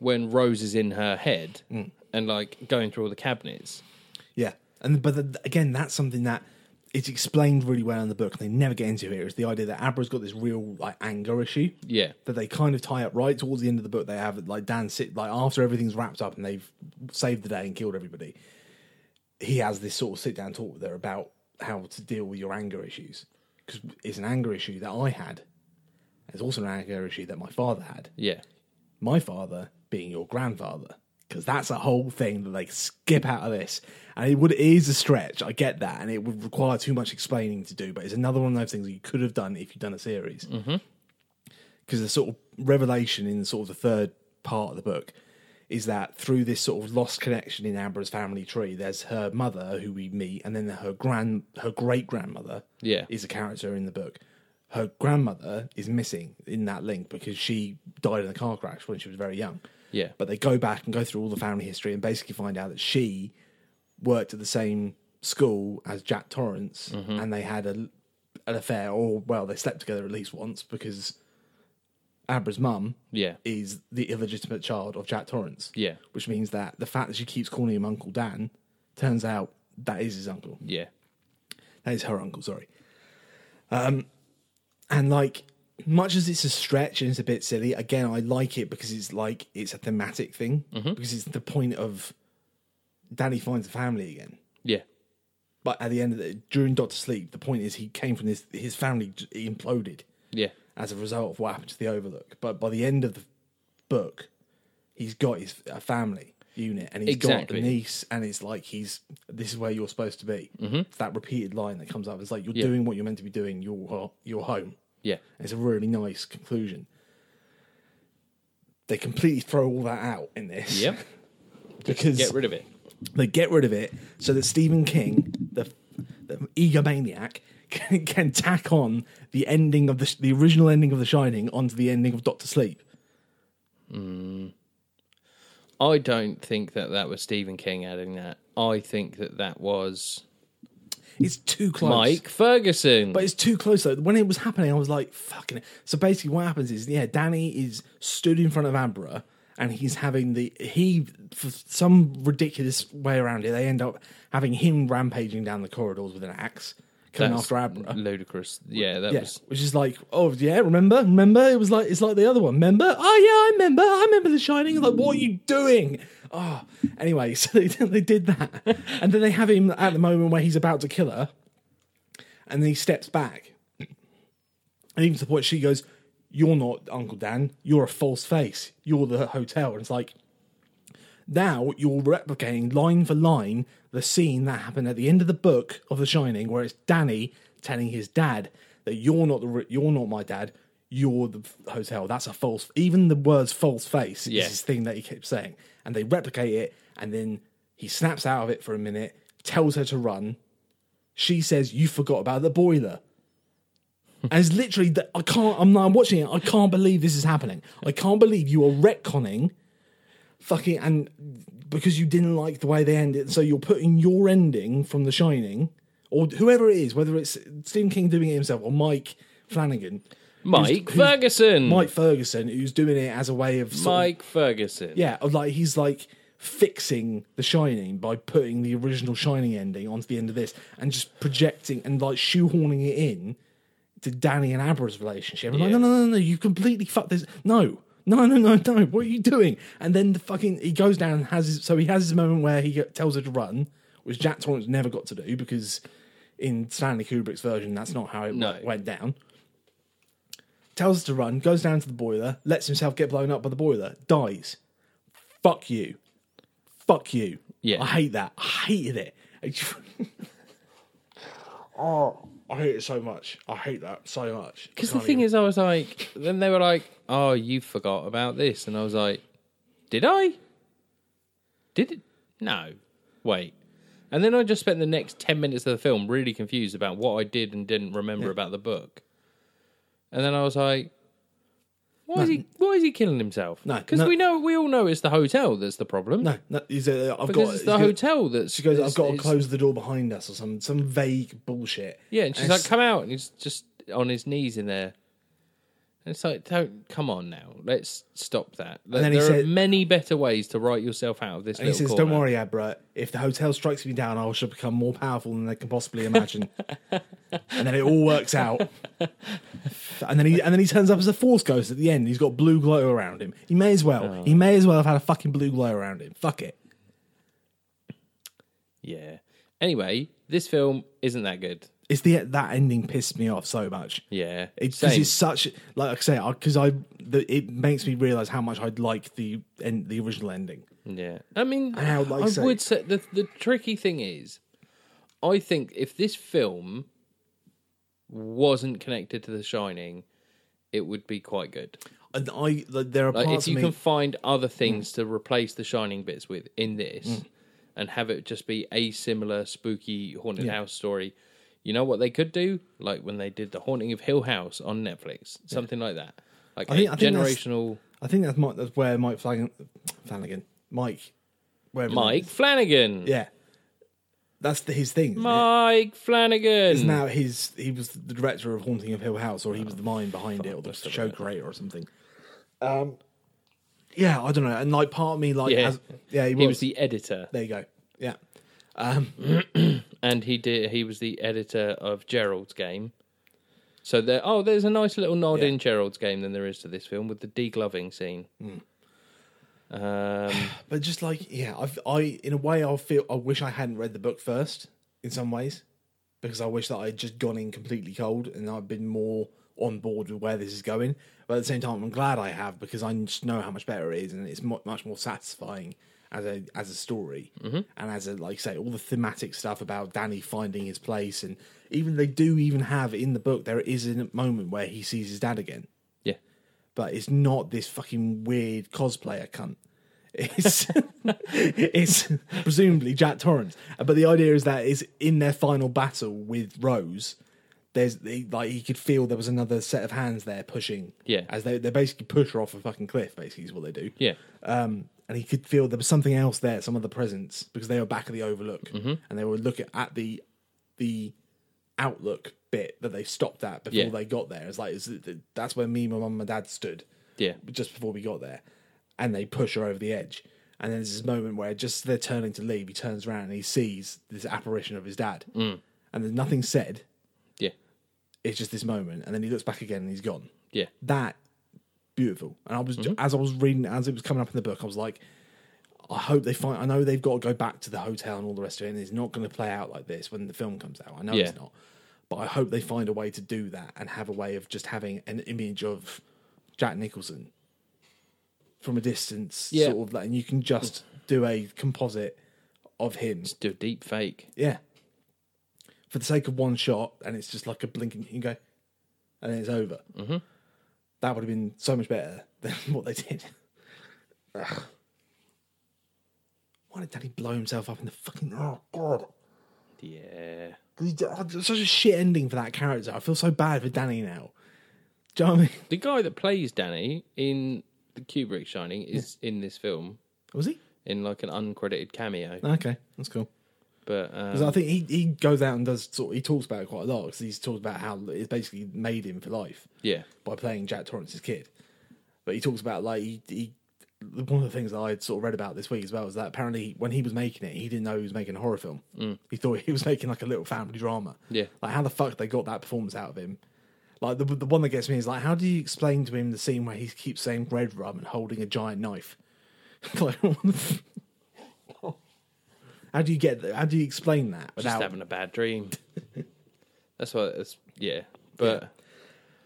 when Rose is in her head Mm. and like going through all the cabinets. Yeah, and but th- again, that's something that it's explained really well in the book, and they never get into here. Is the idea that Abra's got this real like anger issue Yeah, that they kind of tie up right towards the end of the book. They have like Dan sit like after everything's wrapped up and they've saved the day and killed everybody. He has this sort of sit down talk with her about how to deal with your anger issues because it's an anger issue that I had. It's also an anger issue that my father had yeah, my father being your grandfather because that's a whole thing that they skip out of this and it would it is a stretch i get that and it would require too much explaining to do but it's another one of those things that you could have done if you'd done a series because the sort of revelation in sort of the third part of the book is that through this sort of lost connection in Amber's family tree, there's her mother who we meet, and then her grand, her great grandmother, Yeah. is a character in the book. Her grandmother is missing in that link because she died in a car crash when she was very young. Yeah. But they go back and go through all the family history and basically find out that she worked at the same school as Jack Torrance Mm-hmm. and they had a, an affair, or, well, they slept together at least once because Abra's mum yeah, is the illegitimate child of Jack Torrance. Yeah. Which means that the fact that she keeps calling him Uncle Dan turns out that is his uncle. yeah, That is her uncle, sorry. Um, and like, much as it's a stretch and it's a bit silly, again, I like it because it's like it's a thematic thing because it's the point of Danny finds the family again. yeah, But at the end of the during Doctor Sleep, the point is he came from this his family j- imploded yeah, as a result of what happened to the Overlook. But by the end of the book, he's got his a family unit and he's got Exactly. a niece, and it's like he's this is where you're supposed to be. It's that repeated line that comes up. It's like you're Mm-hmm. Yeah. doing what you're meant to be doing. You're ho- you're home. yeah, It's a really nice conclusion. They completely throw all that out in this. yep. because Get rid of it. they get rid of it so that Stephen King, the, the egomaniac, can, can tack on the ending of the the original ending of The Shining onto the ending of Doctor Sleep. I don't think that that was Stephen King adding that. I think that that was It's too close. Mike Ferguson. But it's too close though. When it was happening, I was like, fucking. it." So basically, what happens is, yeah, Danny is stood in front of Abra and he's having the. He, for some ridiculous way around it, they end up having him rampaging down the corridors with an axe, coming That's after Abra. ludicrous. Yeah, that Yeah, was. which is like, oh yeah, remember, remember? It was like it's like the other one. Remember? Oh yeah, I remember. I remember The Shining. Like, what are you doing? Oh, anyway, so they, they did that, and then they have him at the moment where he's about to kill her, and then he steps back, and even to the point she goes, "You're not Uncle Dan. You're a false face. You're the hotel." And it's like. Now you're replicating line for line the scene that happened at the end of the book of The Shining, where it's Danny telling his dad that you're not the re- you're not my dad, you're the f- hotel. That's a false. Even the words "false face" Yeah. is this thing that he kept saying, and they replicate it, and then he snaps out of it for a minute, tells her to run. She says, "You forgot about the boiler." And it's literally that I can't. I'm, I'm watching it. I can't believe this is happening. I can't believe you are retconning, fucking, and because you didn't like the way they ended, so you're putting your ending from The Shining or whoever it is, whether it's Stephen King doing it himself or Mike Flanagan, Mike who's- Ferguson. Mike Ferguson, who's doing it as a way of sort of- Hmm. Mike Ferguson. yeah, of like he's like fixing The Shining by putting the original Shining ending onto the end of this and just projecting and like shoehorning it in to Danny and Abra's relationship. I'm like, Yeah. no, no, no, no, you completely fucked this. No, no, no, no, no. What are you doing? And then the fucking he goes down and has his so he has his moment where he get- tells her to run, which Jack Torrance never got to do because in Stanley Kubrick's version that's not how it No. went down tells us to run, goes down to the boiler, lets himself get blown up by the boiler, dies. Fuck you. Fuck you. Yeah. I hate that. I hated it. oh, I hate it so much. I hate that so much. Because the thing is, I was like, then they were like, "Oh, you forgot about this," and I was like, "Did I? Did it? No, wait." And then I just spent the next ten minutes of the film really confused about what I did and didn't remember about the book. And then I was like, why is he? Why is he killing himself? No, because no. we know we all know it's the hotel that's the problem. No, no, he said, I've because got. it's he the goes- hotel that's. She goes, it's- I've got to it's- close the door behind us or some some vague bullshit. Yeah, and she's it's- like, "Come out!" And he's just on his knees in there. And it's like, don't come on now. Let's stop that. Like, then he there are said- many better ways to write yourself out of this. And he little says, corner. Don't worry, Abra. If the hotel strikes me down, I shall become more powerful than they can possibly imagine. and then it all works out. And then he and then he turns up as a force ghost at the end. He's got blue glow around him. He may as well. Oh. He may as well have had a fucking blue glow around him. Fuck it. Yeah. Anyway, this film isn't that good. It's the that ending pissed me off so much. Yeah. because Same. it's such like I say because I, the, it makes me realize how much I'd like the end, the original ending. Yeah, I mean, And I would like I say- would say the the tricky thing is, I think if this film wasn't connected to The Shining, it would be quite good. And I like, there are Like parts Uh, if you of me can Mm. find other things to replace The Shining bits with in this, and have it just be a similar spooky haunted house story. You know what they could do, like when they did the Haunting of Hill House on Netflix, something like that, like a think- I think that's- generational I think that's Mike, that's where Mike Flanagan, Flanagan Mike, wherever Mike Flanagan. yeah, that's the, his thing. isn't it? Mike Flanagan. It's now his he was the director of Haunting of Hill House, or he was the mind behind it, or the show creator, or something. Um, yeah, I don't know. And like part of me, like Yeah, as, yeah, he was. he was the editor, there you go. Yeah, and he did. He was the editor of Gerald's Game. So there, oh, there's a nice little nod Yeah. Mm. in Gerald's Game than there is to this film with the degloving scene. Um, but just like yeah, I've, I in a way I feel I wish I hadn't read the book first in some ways because I wish that I had just gone in completely cold and I've been more on board with where this is going. But at the same time, I'm glad I have because I just know how much better it is and it's mu- much more satisfying as a as a story and as a like say all the thematic stuff about Danny finding his place and even they do even have in the book there is a moment where he sees his dad again yeah, but it's not this fucking weird cosplayer cunt. It's it's presumably Jack Torrance, but the idea is that is in their final battle with Rose. There's they- like he could feel there was another set of hands there pushing. Yeah. as they they basically push her off a fucking cliff. Basically, is what they do. yeah, Um, and he could feel there was something else there, some other presence, because they were back at the Overlook, Mm-hmm. and they were looking at the the outlook bit that they stopped at before Yeah. they got there. It's like it's, that's where me, my mum, and my dad stood yeah, just before we got there, and they push her over the edge. And there's this moment where just as they're turning to leave, he turns around and he sees this apparition of his dad, and there's nothing said. yeah, It's just this moment, and then he looks back again and he's gone yeah. that beautiful. And I was Mm-hmm. as I was reading as it was coming up in the book, I was like, I hope they find. I know they've got to go back to the hotel and all the rest of it, and it's not going to play out like this when the film comes out. I know Yeah. it's not, but I hope they find a way to do that and have a way of just having an image of Jack Nicholson from a distance, Yeah. sort of, like, and you can just do a composite of him. Do a deep fake. Yeah. For the sake of one shot, and it's just like a blinking, you go, and then it's over. Mm-hmm. That would have been so much better than what they did. Ugh. Why did Daddy blow himself up in the fucking. Oh, God. Yeah, He did- oh, Such a shit ending for that character. I feel so bad for Danny now. Do you know what I mean? the guy that plays Danny in the Kubrick Shining is in this film Was he? in like an uncredited cameo, Okay, that's cool. but Because I um, think he, he goes out and does sort. He talks about it quite a lot because he's talked about how it's basically made him for life. yeah, by playing Jack Torrance's kid. But he talks about like he, he one of the things that I had sort of read about this week as well was that apparently when he was making it, he didn't know he was making a horror film. He thought he was making like a little family drama. Mm. Yeah. like how the fuck they got that performance out of him. Like the the one that gets me is like, how do you explain to him the scene where he keeps saying red rum and holding a giant knife? like, how do you get? How do you explain that just without having a bad dream. that's why. That's yeah, but.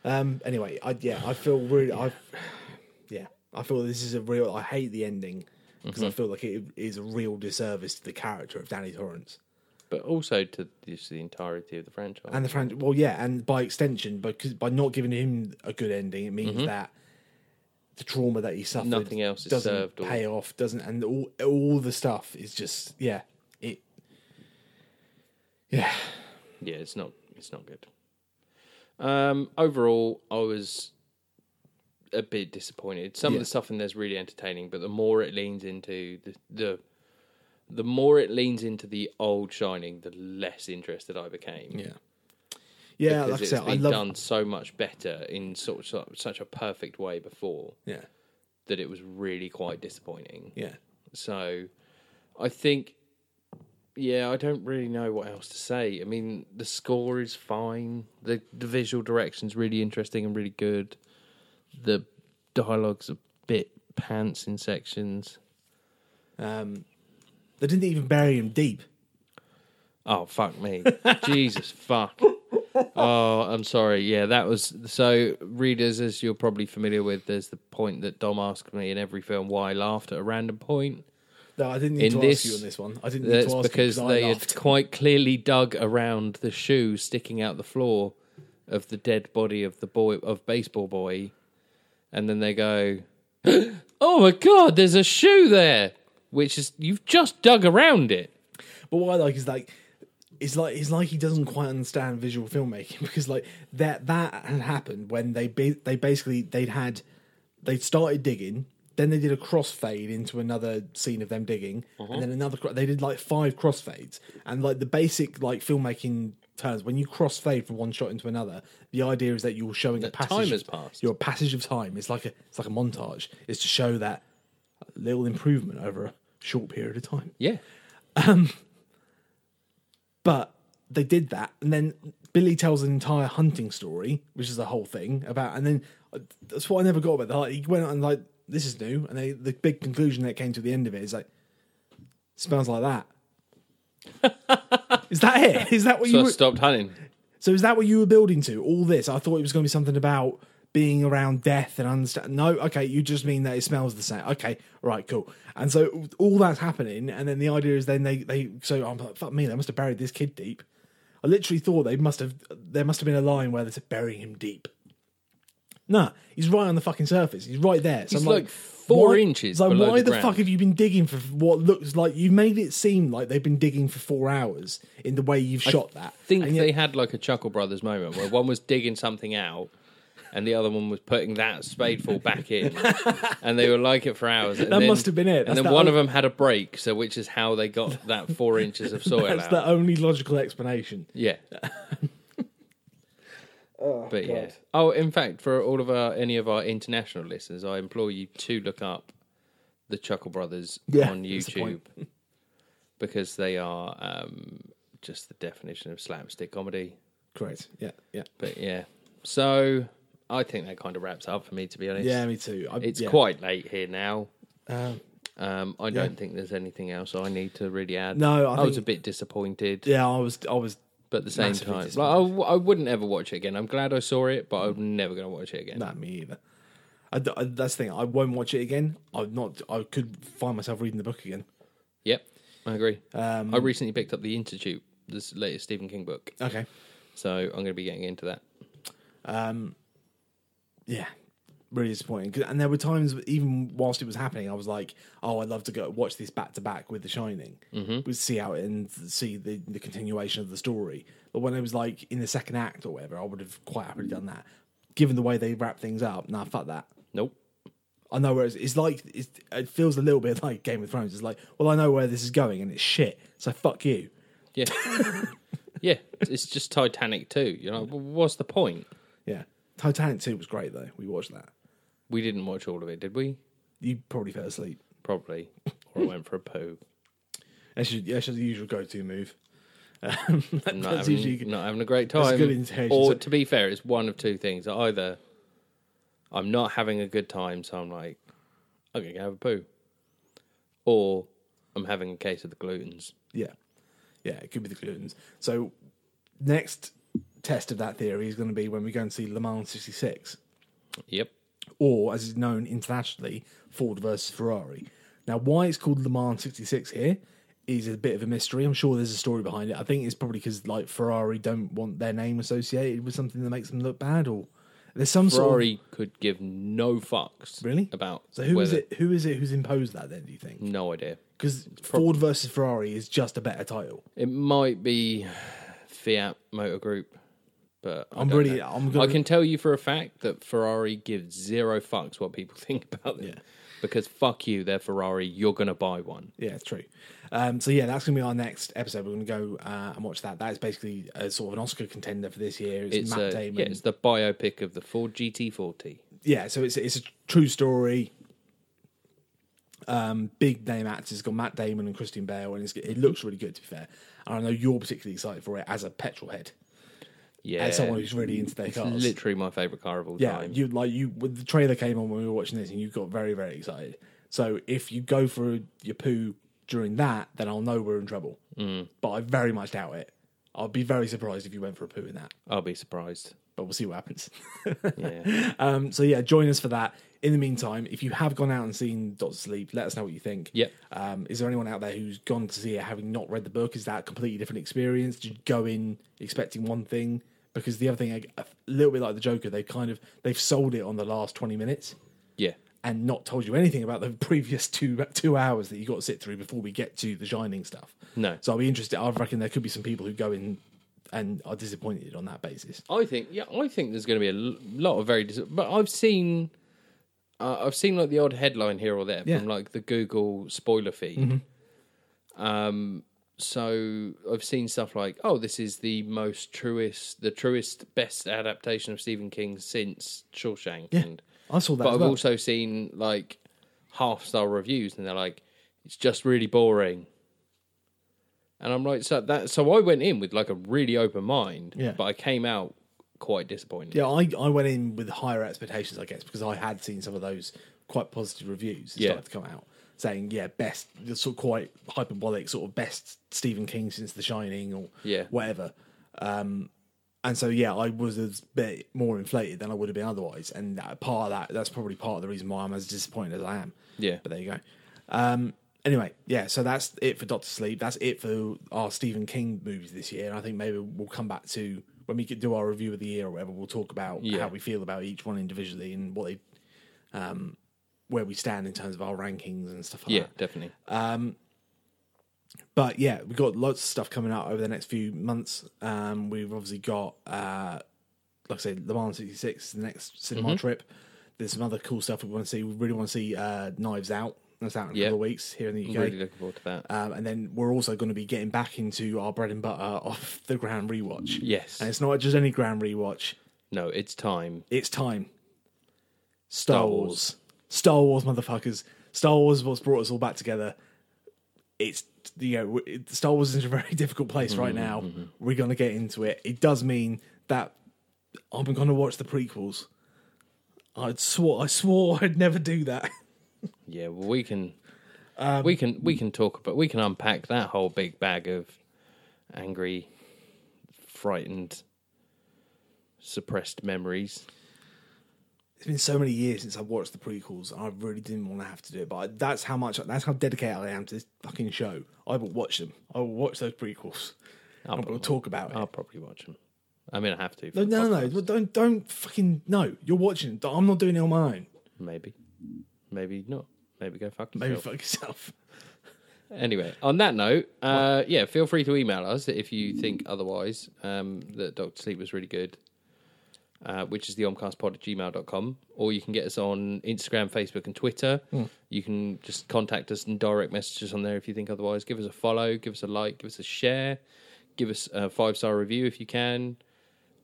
Um. Anyway, I yeah, I feel really. I yeah, I feel this is a real. I hate the ending because Mm-hmm. I feel like it is a real disservice to the character of Danny Torrance but also to just the entirety of the franchise. and the franchise. Well, yeah, and by extension, because by not giving him a good ending, it means that the trauma that he suffered, Mm-hmm. Nothing else is doesn't served or- pay off. Doesn't and all all the stuff is just yeah it. Yeah, yeah, it's not it's not good. Um, overall, I was a bit disappointed. Some of the stuff in there's really entertaining, but the more it leans into the, the the more it leans into the old Shining, the less interested I became. Yeah. Yeah, Because like I it's said, I been love. done so much better in sort of, sort of such a perfect way before Yeah, that it was really quite disappointing. yeah, So I think, yeah, I don't really know what else to say. I mean, the score is fine. The the visual direction's really interesting and really good. The dialogue's a bit pants in sections. Um, they didn't even bury him deep. Oh fuck me, Jesus fuck. Oh, I'm sorry. Yeah, that was so. Readers, as you're probably familiar with, there's the point that Dom asked me in every film why I laughed at a random point. No, I didn't need In to this- ask you on this one. I didn't need That's to ask because you I they laughed. had quite clearly dug around the shoe sticking out the floor of the dead body of the boy of baseball boy, and then they go, "Oh my god, there's a shoe there," which is you've just dug around it. But what I like is like it's like it's like he doesn't quite understand visual filmmaking because like that that had happened when they ba- they basically they'd had they'd started digging, then they did a crossfade into another scene of them digging, Uh-huh. and then another cro- they did like five crossfades and like the basic like filmmaking terms when you crossfade from one shot into another, the idea is that you're showing a passage time has of- passed. You're a passage of time. It's like a it's like a montage. It's to show that little improvement over a short period of time. Yeah, But they did that, and then Billy tells an entire hunting story, which is the whole thing about. And then uh, that's what I never got about. Like, he went on and like, "This is new," and they, the big conclusion that came to the end of it is like, "Smells like that." is that it? Is that what so you? I Were, stopped hunting. so is that what you were building to? All this? I thought it was going to be something about being around death and understand. No, okay, you just mean that it smells the same. Okay, all right, cool. And so all that's happening, and then the idea is then they they so I'm like, fuck me, they must have buried this kid deep. I literally thought they must have there must have been a line where they said bury him deep. Nah, he's right on the fucking surface. He's right there. So He's I'm like, like four why- inches it's Like, below why the the, ground. fuck have you been digging for what looks like you made it seem like they've been digging for four hours in the way you've shot that? Think And yet- they had like a Chuckle Brothers moment where one was digging something out. And the other one was putting that spadeful back in, and they were like it for hours. And That then- must have been it. That's And then that one old- of them had a break, so which is how they got that four inches of soil That's out. the only logical explanation. Yeah. but yeah. Oh, in fact, for all of our any of our international listeners, I implore you to look up the Chuckle Brothers Yeah, on that's the YouTube point. because they are um, just the definition of slapstick comedy. Correct. Yeah, yeah, But yeah, so I think that kind of wraps up for me, to be honest. yeah. Me too. I, It's yeah. quite late here now. Um, Um, I don't think there's anything else I need to really add. No, I was a think- bit disappointed. yeah, I was. I was. But at the same Massively time, like, I, disappointed. w- I wouldn't ever watch it again. I'm glad I saw it, but I'm never going to watch it again. Not me either. I d I that's the thing. I won't watch it again. I'm not. I could find myself reading the book again. Yep, I agree. Um, I recently picked up The Institute, this latest Stephen King book. Okay. So I'm going to be getting into that. Yeah. Really disappointing. 'Cause- And there were times, even whilst it was happening, I was like, "Oh, I'd love to go watch this back to back with The Shining. Mm-hmm. We'd see out and see the, the continuation of the story." But when it was like in the second act or whatever, I would have quite happily done that. Given the way they wrap things up, nah, fuck that. Nope. I know where it's, it's like. It's, it feels a little bit like Game of Thrones. It's like, well, I know where this is going, and it's shit. So fuck you. Yeah. yeah, it's just Titanic too. You know, what's the point? Yeah, Titanic Two was great though. We watched that. We didn't watch all of it, did we? You probably fell asleep. Probably. Or I went for a poo. That's, your, that's your usual go-to move. Um, I'm not, That's having, usually- not having a great time. that's good intention. Or So- to be fair, it's one of two things. Either I'm not having a good time, so I'm like, I'm gonna go have a poo, or I'm having a case of the gluten's. Yeah, yeah, it could be the gluten's. So next test of that theory is going to be when we go and see Le Mans '66, Yep. or as it's known internationally, Ford versus Ferrari. Now, why it's called Le Mans '66 here is a bit of a mystery. I'm sure there's a story behind it. I think it's probably because like Ferrari don't want their name associated with something that makes them look bad, or there's some sort of Ferrari could give no fucks. Really? About So who is whether- Mm, it? Who is it who's imposed that? Then do you think? No idea. Because Ford versus Ferrari is just a better title. It might be Fiat Motor Group, but I I'm don't really- know. I'm gonna- I can tell you for a fact that Ferrari gives zero fucks what people think about them. Yeah. Because fuck you, they're Ferrari. You're gonna buy one. Yeah, it's true. Um, so yeah, that's gonna be our next episode. We're gonna go uh, and watch that. That is basically a sort of an Oscar contender for this year. It's, It's Matt a, Damon. yeah, it's the biopic of the Ford GT40. yeah, so it's it's a true story. Um, big name actors. It's got Matt Damon and Christian Bale, and it's, it looks really good. To be fair, and I know you're particularly excited for it as a petrol head, Yeah, as someone who's really into their it's cars. literally my favorite car of all yeah, time. you like you. When the trailer came on when we were watching this, and you got very very excited. So if you go for your poo during that, then I'll know we're in trouble. Mm. But I very much doubt it. I'd be very surprised if you went for a poo in that. I'll be surprised. But we'll see what happens. Yeah, Um, so yeah, join us for that. In the meantime, if you have gone out and seen Doctor Sleep, let us know what you think. Yep. Um, is there anyone out there who's gone to see it having not read the book? Is that a completely different experience? Did you go in expecting one thing? Because the other thing, a- a little bit like the Joker, they kind of they've sold it on the last twenty minutes yeah, and not told you anything about the previous two two hours that you got to sit through before we get to the Shining stuff. No. So I'll be interested. I reckon there could be some people who go in and are disappointed on that basis. I think yeah, I think there's going to be a l- lot of very. Dis- but I've seen, uh, I've seen like the odd headline here or there Yeah. Mm-hmm. from like the Google spoiler feed. Um, so I've seen stuff like, oh, this is the most truest, the truest, best adaptation of Stephen King since Shawshank. Yeah. And, I saw that. but as I've well. also seen like half star reviews, and they're like, "It's just really boring." And I'm like, so that so I went in with like a really open mind, Yeah. but I came out quite disappointed. Yeah, I, I went in with higher expectations, I guess, because I had seen some of those quite positive reviews that Yeah. started to come out saying, yeah, best, sort of quite hyperbolic, sort of best Stephen King since The Shining or Yeah. whatever. Um, and so, yeah, I was a bit more inflated than I would have been otherwise. And that, part of that, that's probably part of the reason why I'm as disappointed as I am. Yeah. But there you go. Um, anyway, yeah, so that's it for Doctor Sleep. That's it for our Stephen King movies this year. And I think maybe we'll come back to when we could do our review of the year or whatever, we'll talk about Yeah. how we feel about each one individually and what they um where we stand in terms of our rankings and stuff like yeah, that. definitely. uh, But yeah, we've got lots of stuff coming out over the next few months. Um, we've obviously got, uh, like I said, Le Mans 66, the next cinema Mm-hmm. trip. There's some other cool stuff we want to see. We really want to see uh, Knives Out. That's out in a Yeah. couple of weeks here in the UK. Really looking forward to that. um, and then we're also going to be getting back into our bread and butter of the Grand Rewatch. Yes. And it's not just any Grand Rewatch, no, it's time. it's time. Star, Star Wars. Wars. Star Wars, motherfuckers. Star Wars is what's brought us all back together. It's, you know, w- it- Star Wars is in a very difficult place right now. We're going to get into it. It does mean that I'm going to watch the prequels. I'd swore, I swore I'd never do that. Yeah, well, we can, Um, we can, we can talk about, we can unpack that whole big bag of angry, frightened, suppressed memories. it's been so many years since I watched the prequels, and I really didn't want to have to do it. But I, that's how much, that's how dedicated I am to this fucking show. I will watch them. I will watch those prequels. I'll, and we'll probably- talk about it. I'll probably watch them. I mean, I have to. for no, the no, no, no. podcast. Well, Don't, don't fucking no. You're watching. it. I'm not doing it on my own. Maybe, maybe not. Maybe go fuck Maybe yourself. fuck yourself. Anyway, on that note, uh, yeah, feel free to email us if you think otherwise um, that Doctor Sleep was really good, uh, which is the omcastpod at gmail.com. Or you can get us on Instagram, Facebook, and Twitter. Hmm. You can just contact us and direct messages on there if you think otherwise. Give us a follow, give us a like, give us a share, give us a five star review if you can.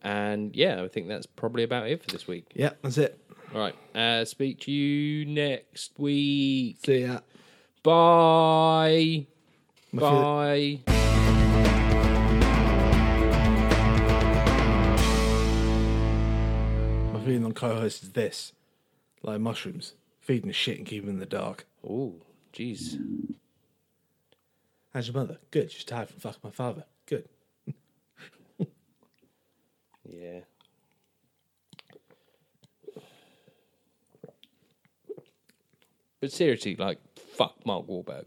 And yeah, I think that's probably about it for this week. Yeah, that's it. All right, uh, speak to you next week. See ya. Bye. My feel- Bye. My feeling on co-host is this: like mushrooms, feeding the shit and keeping them in the dark. Oh, jeez. How's your mother? Good. She's tired from fucking my father. Good. Yeah. But seriously, like, fuck Mark Wahlberg.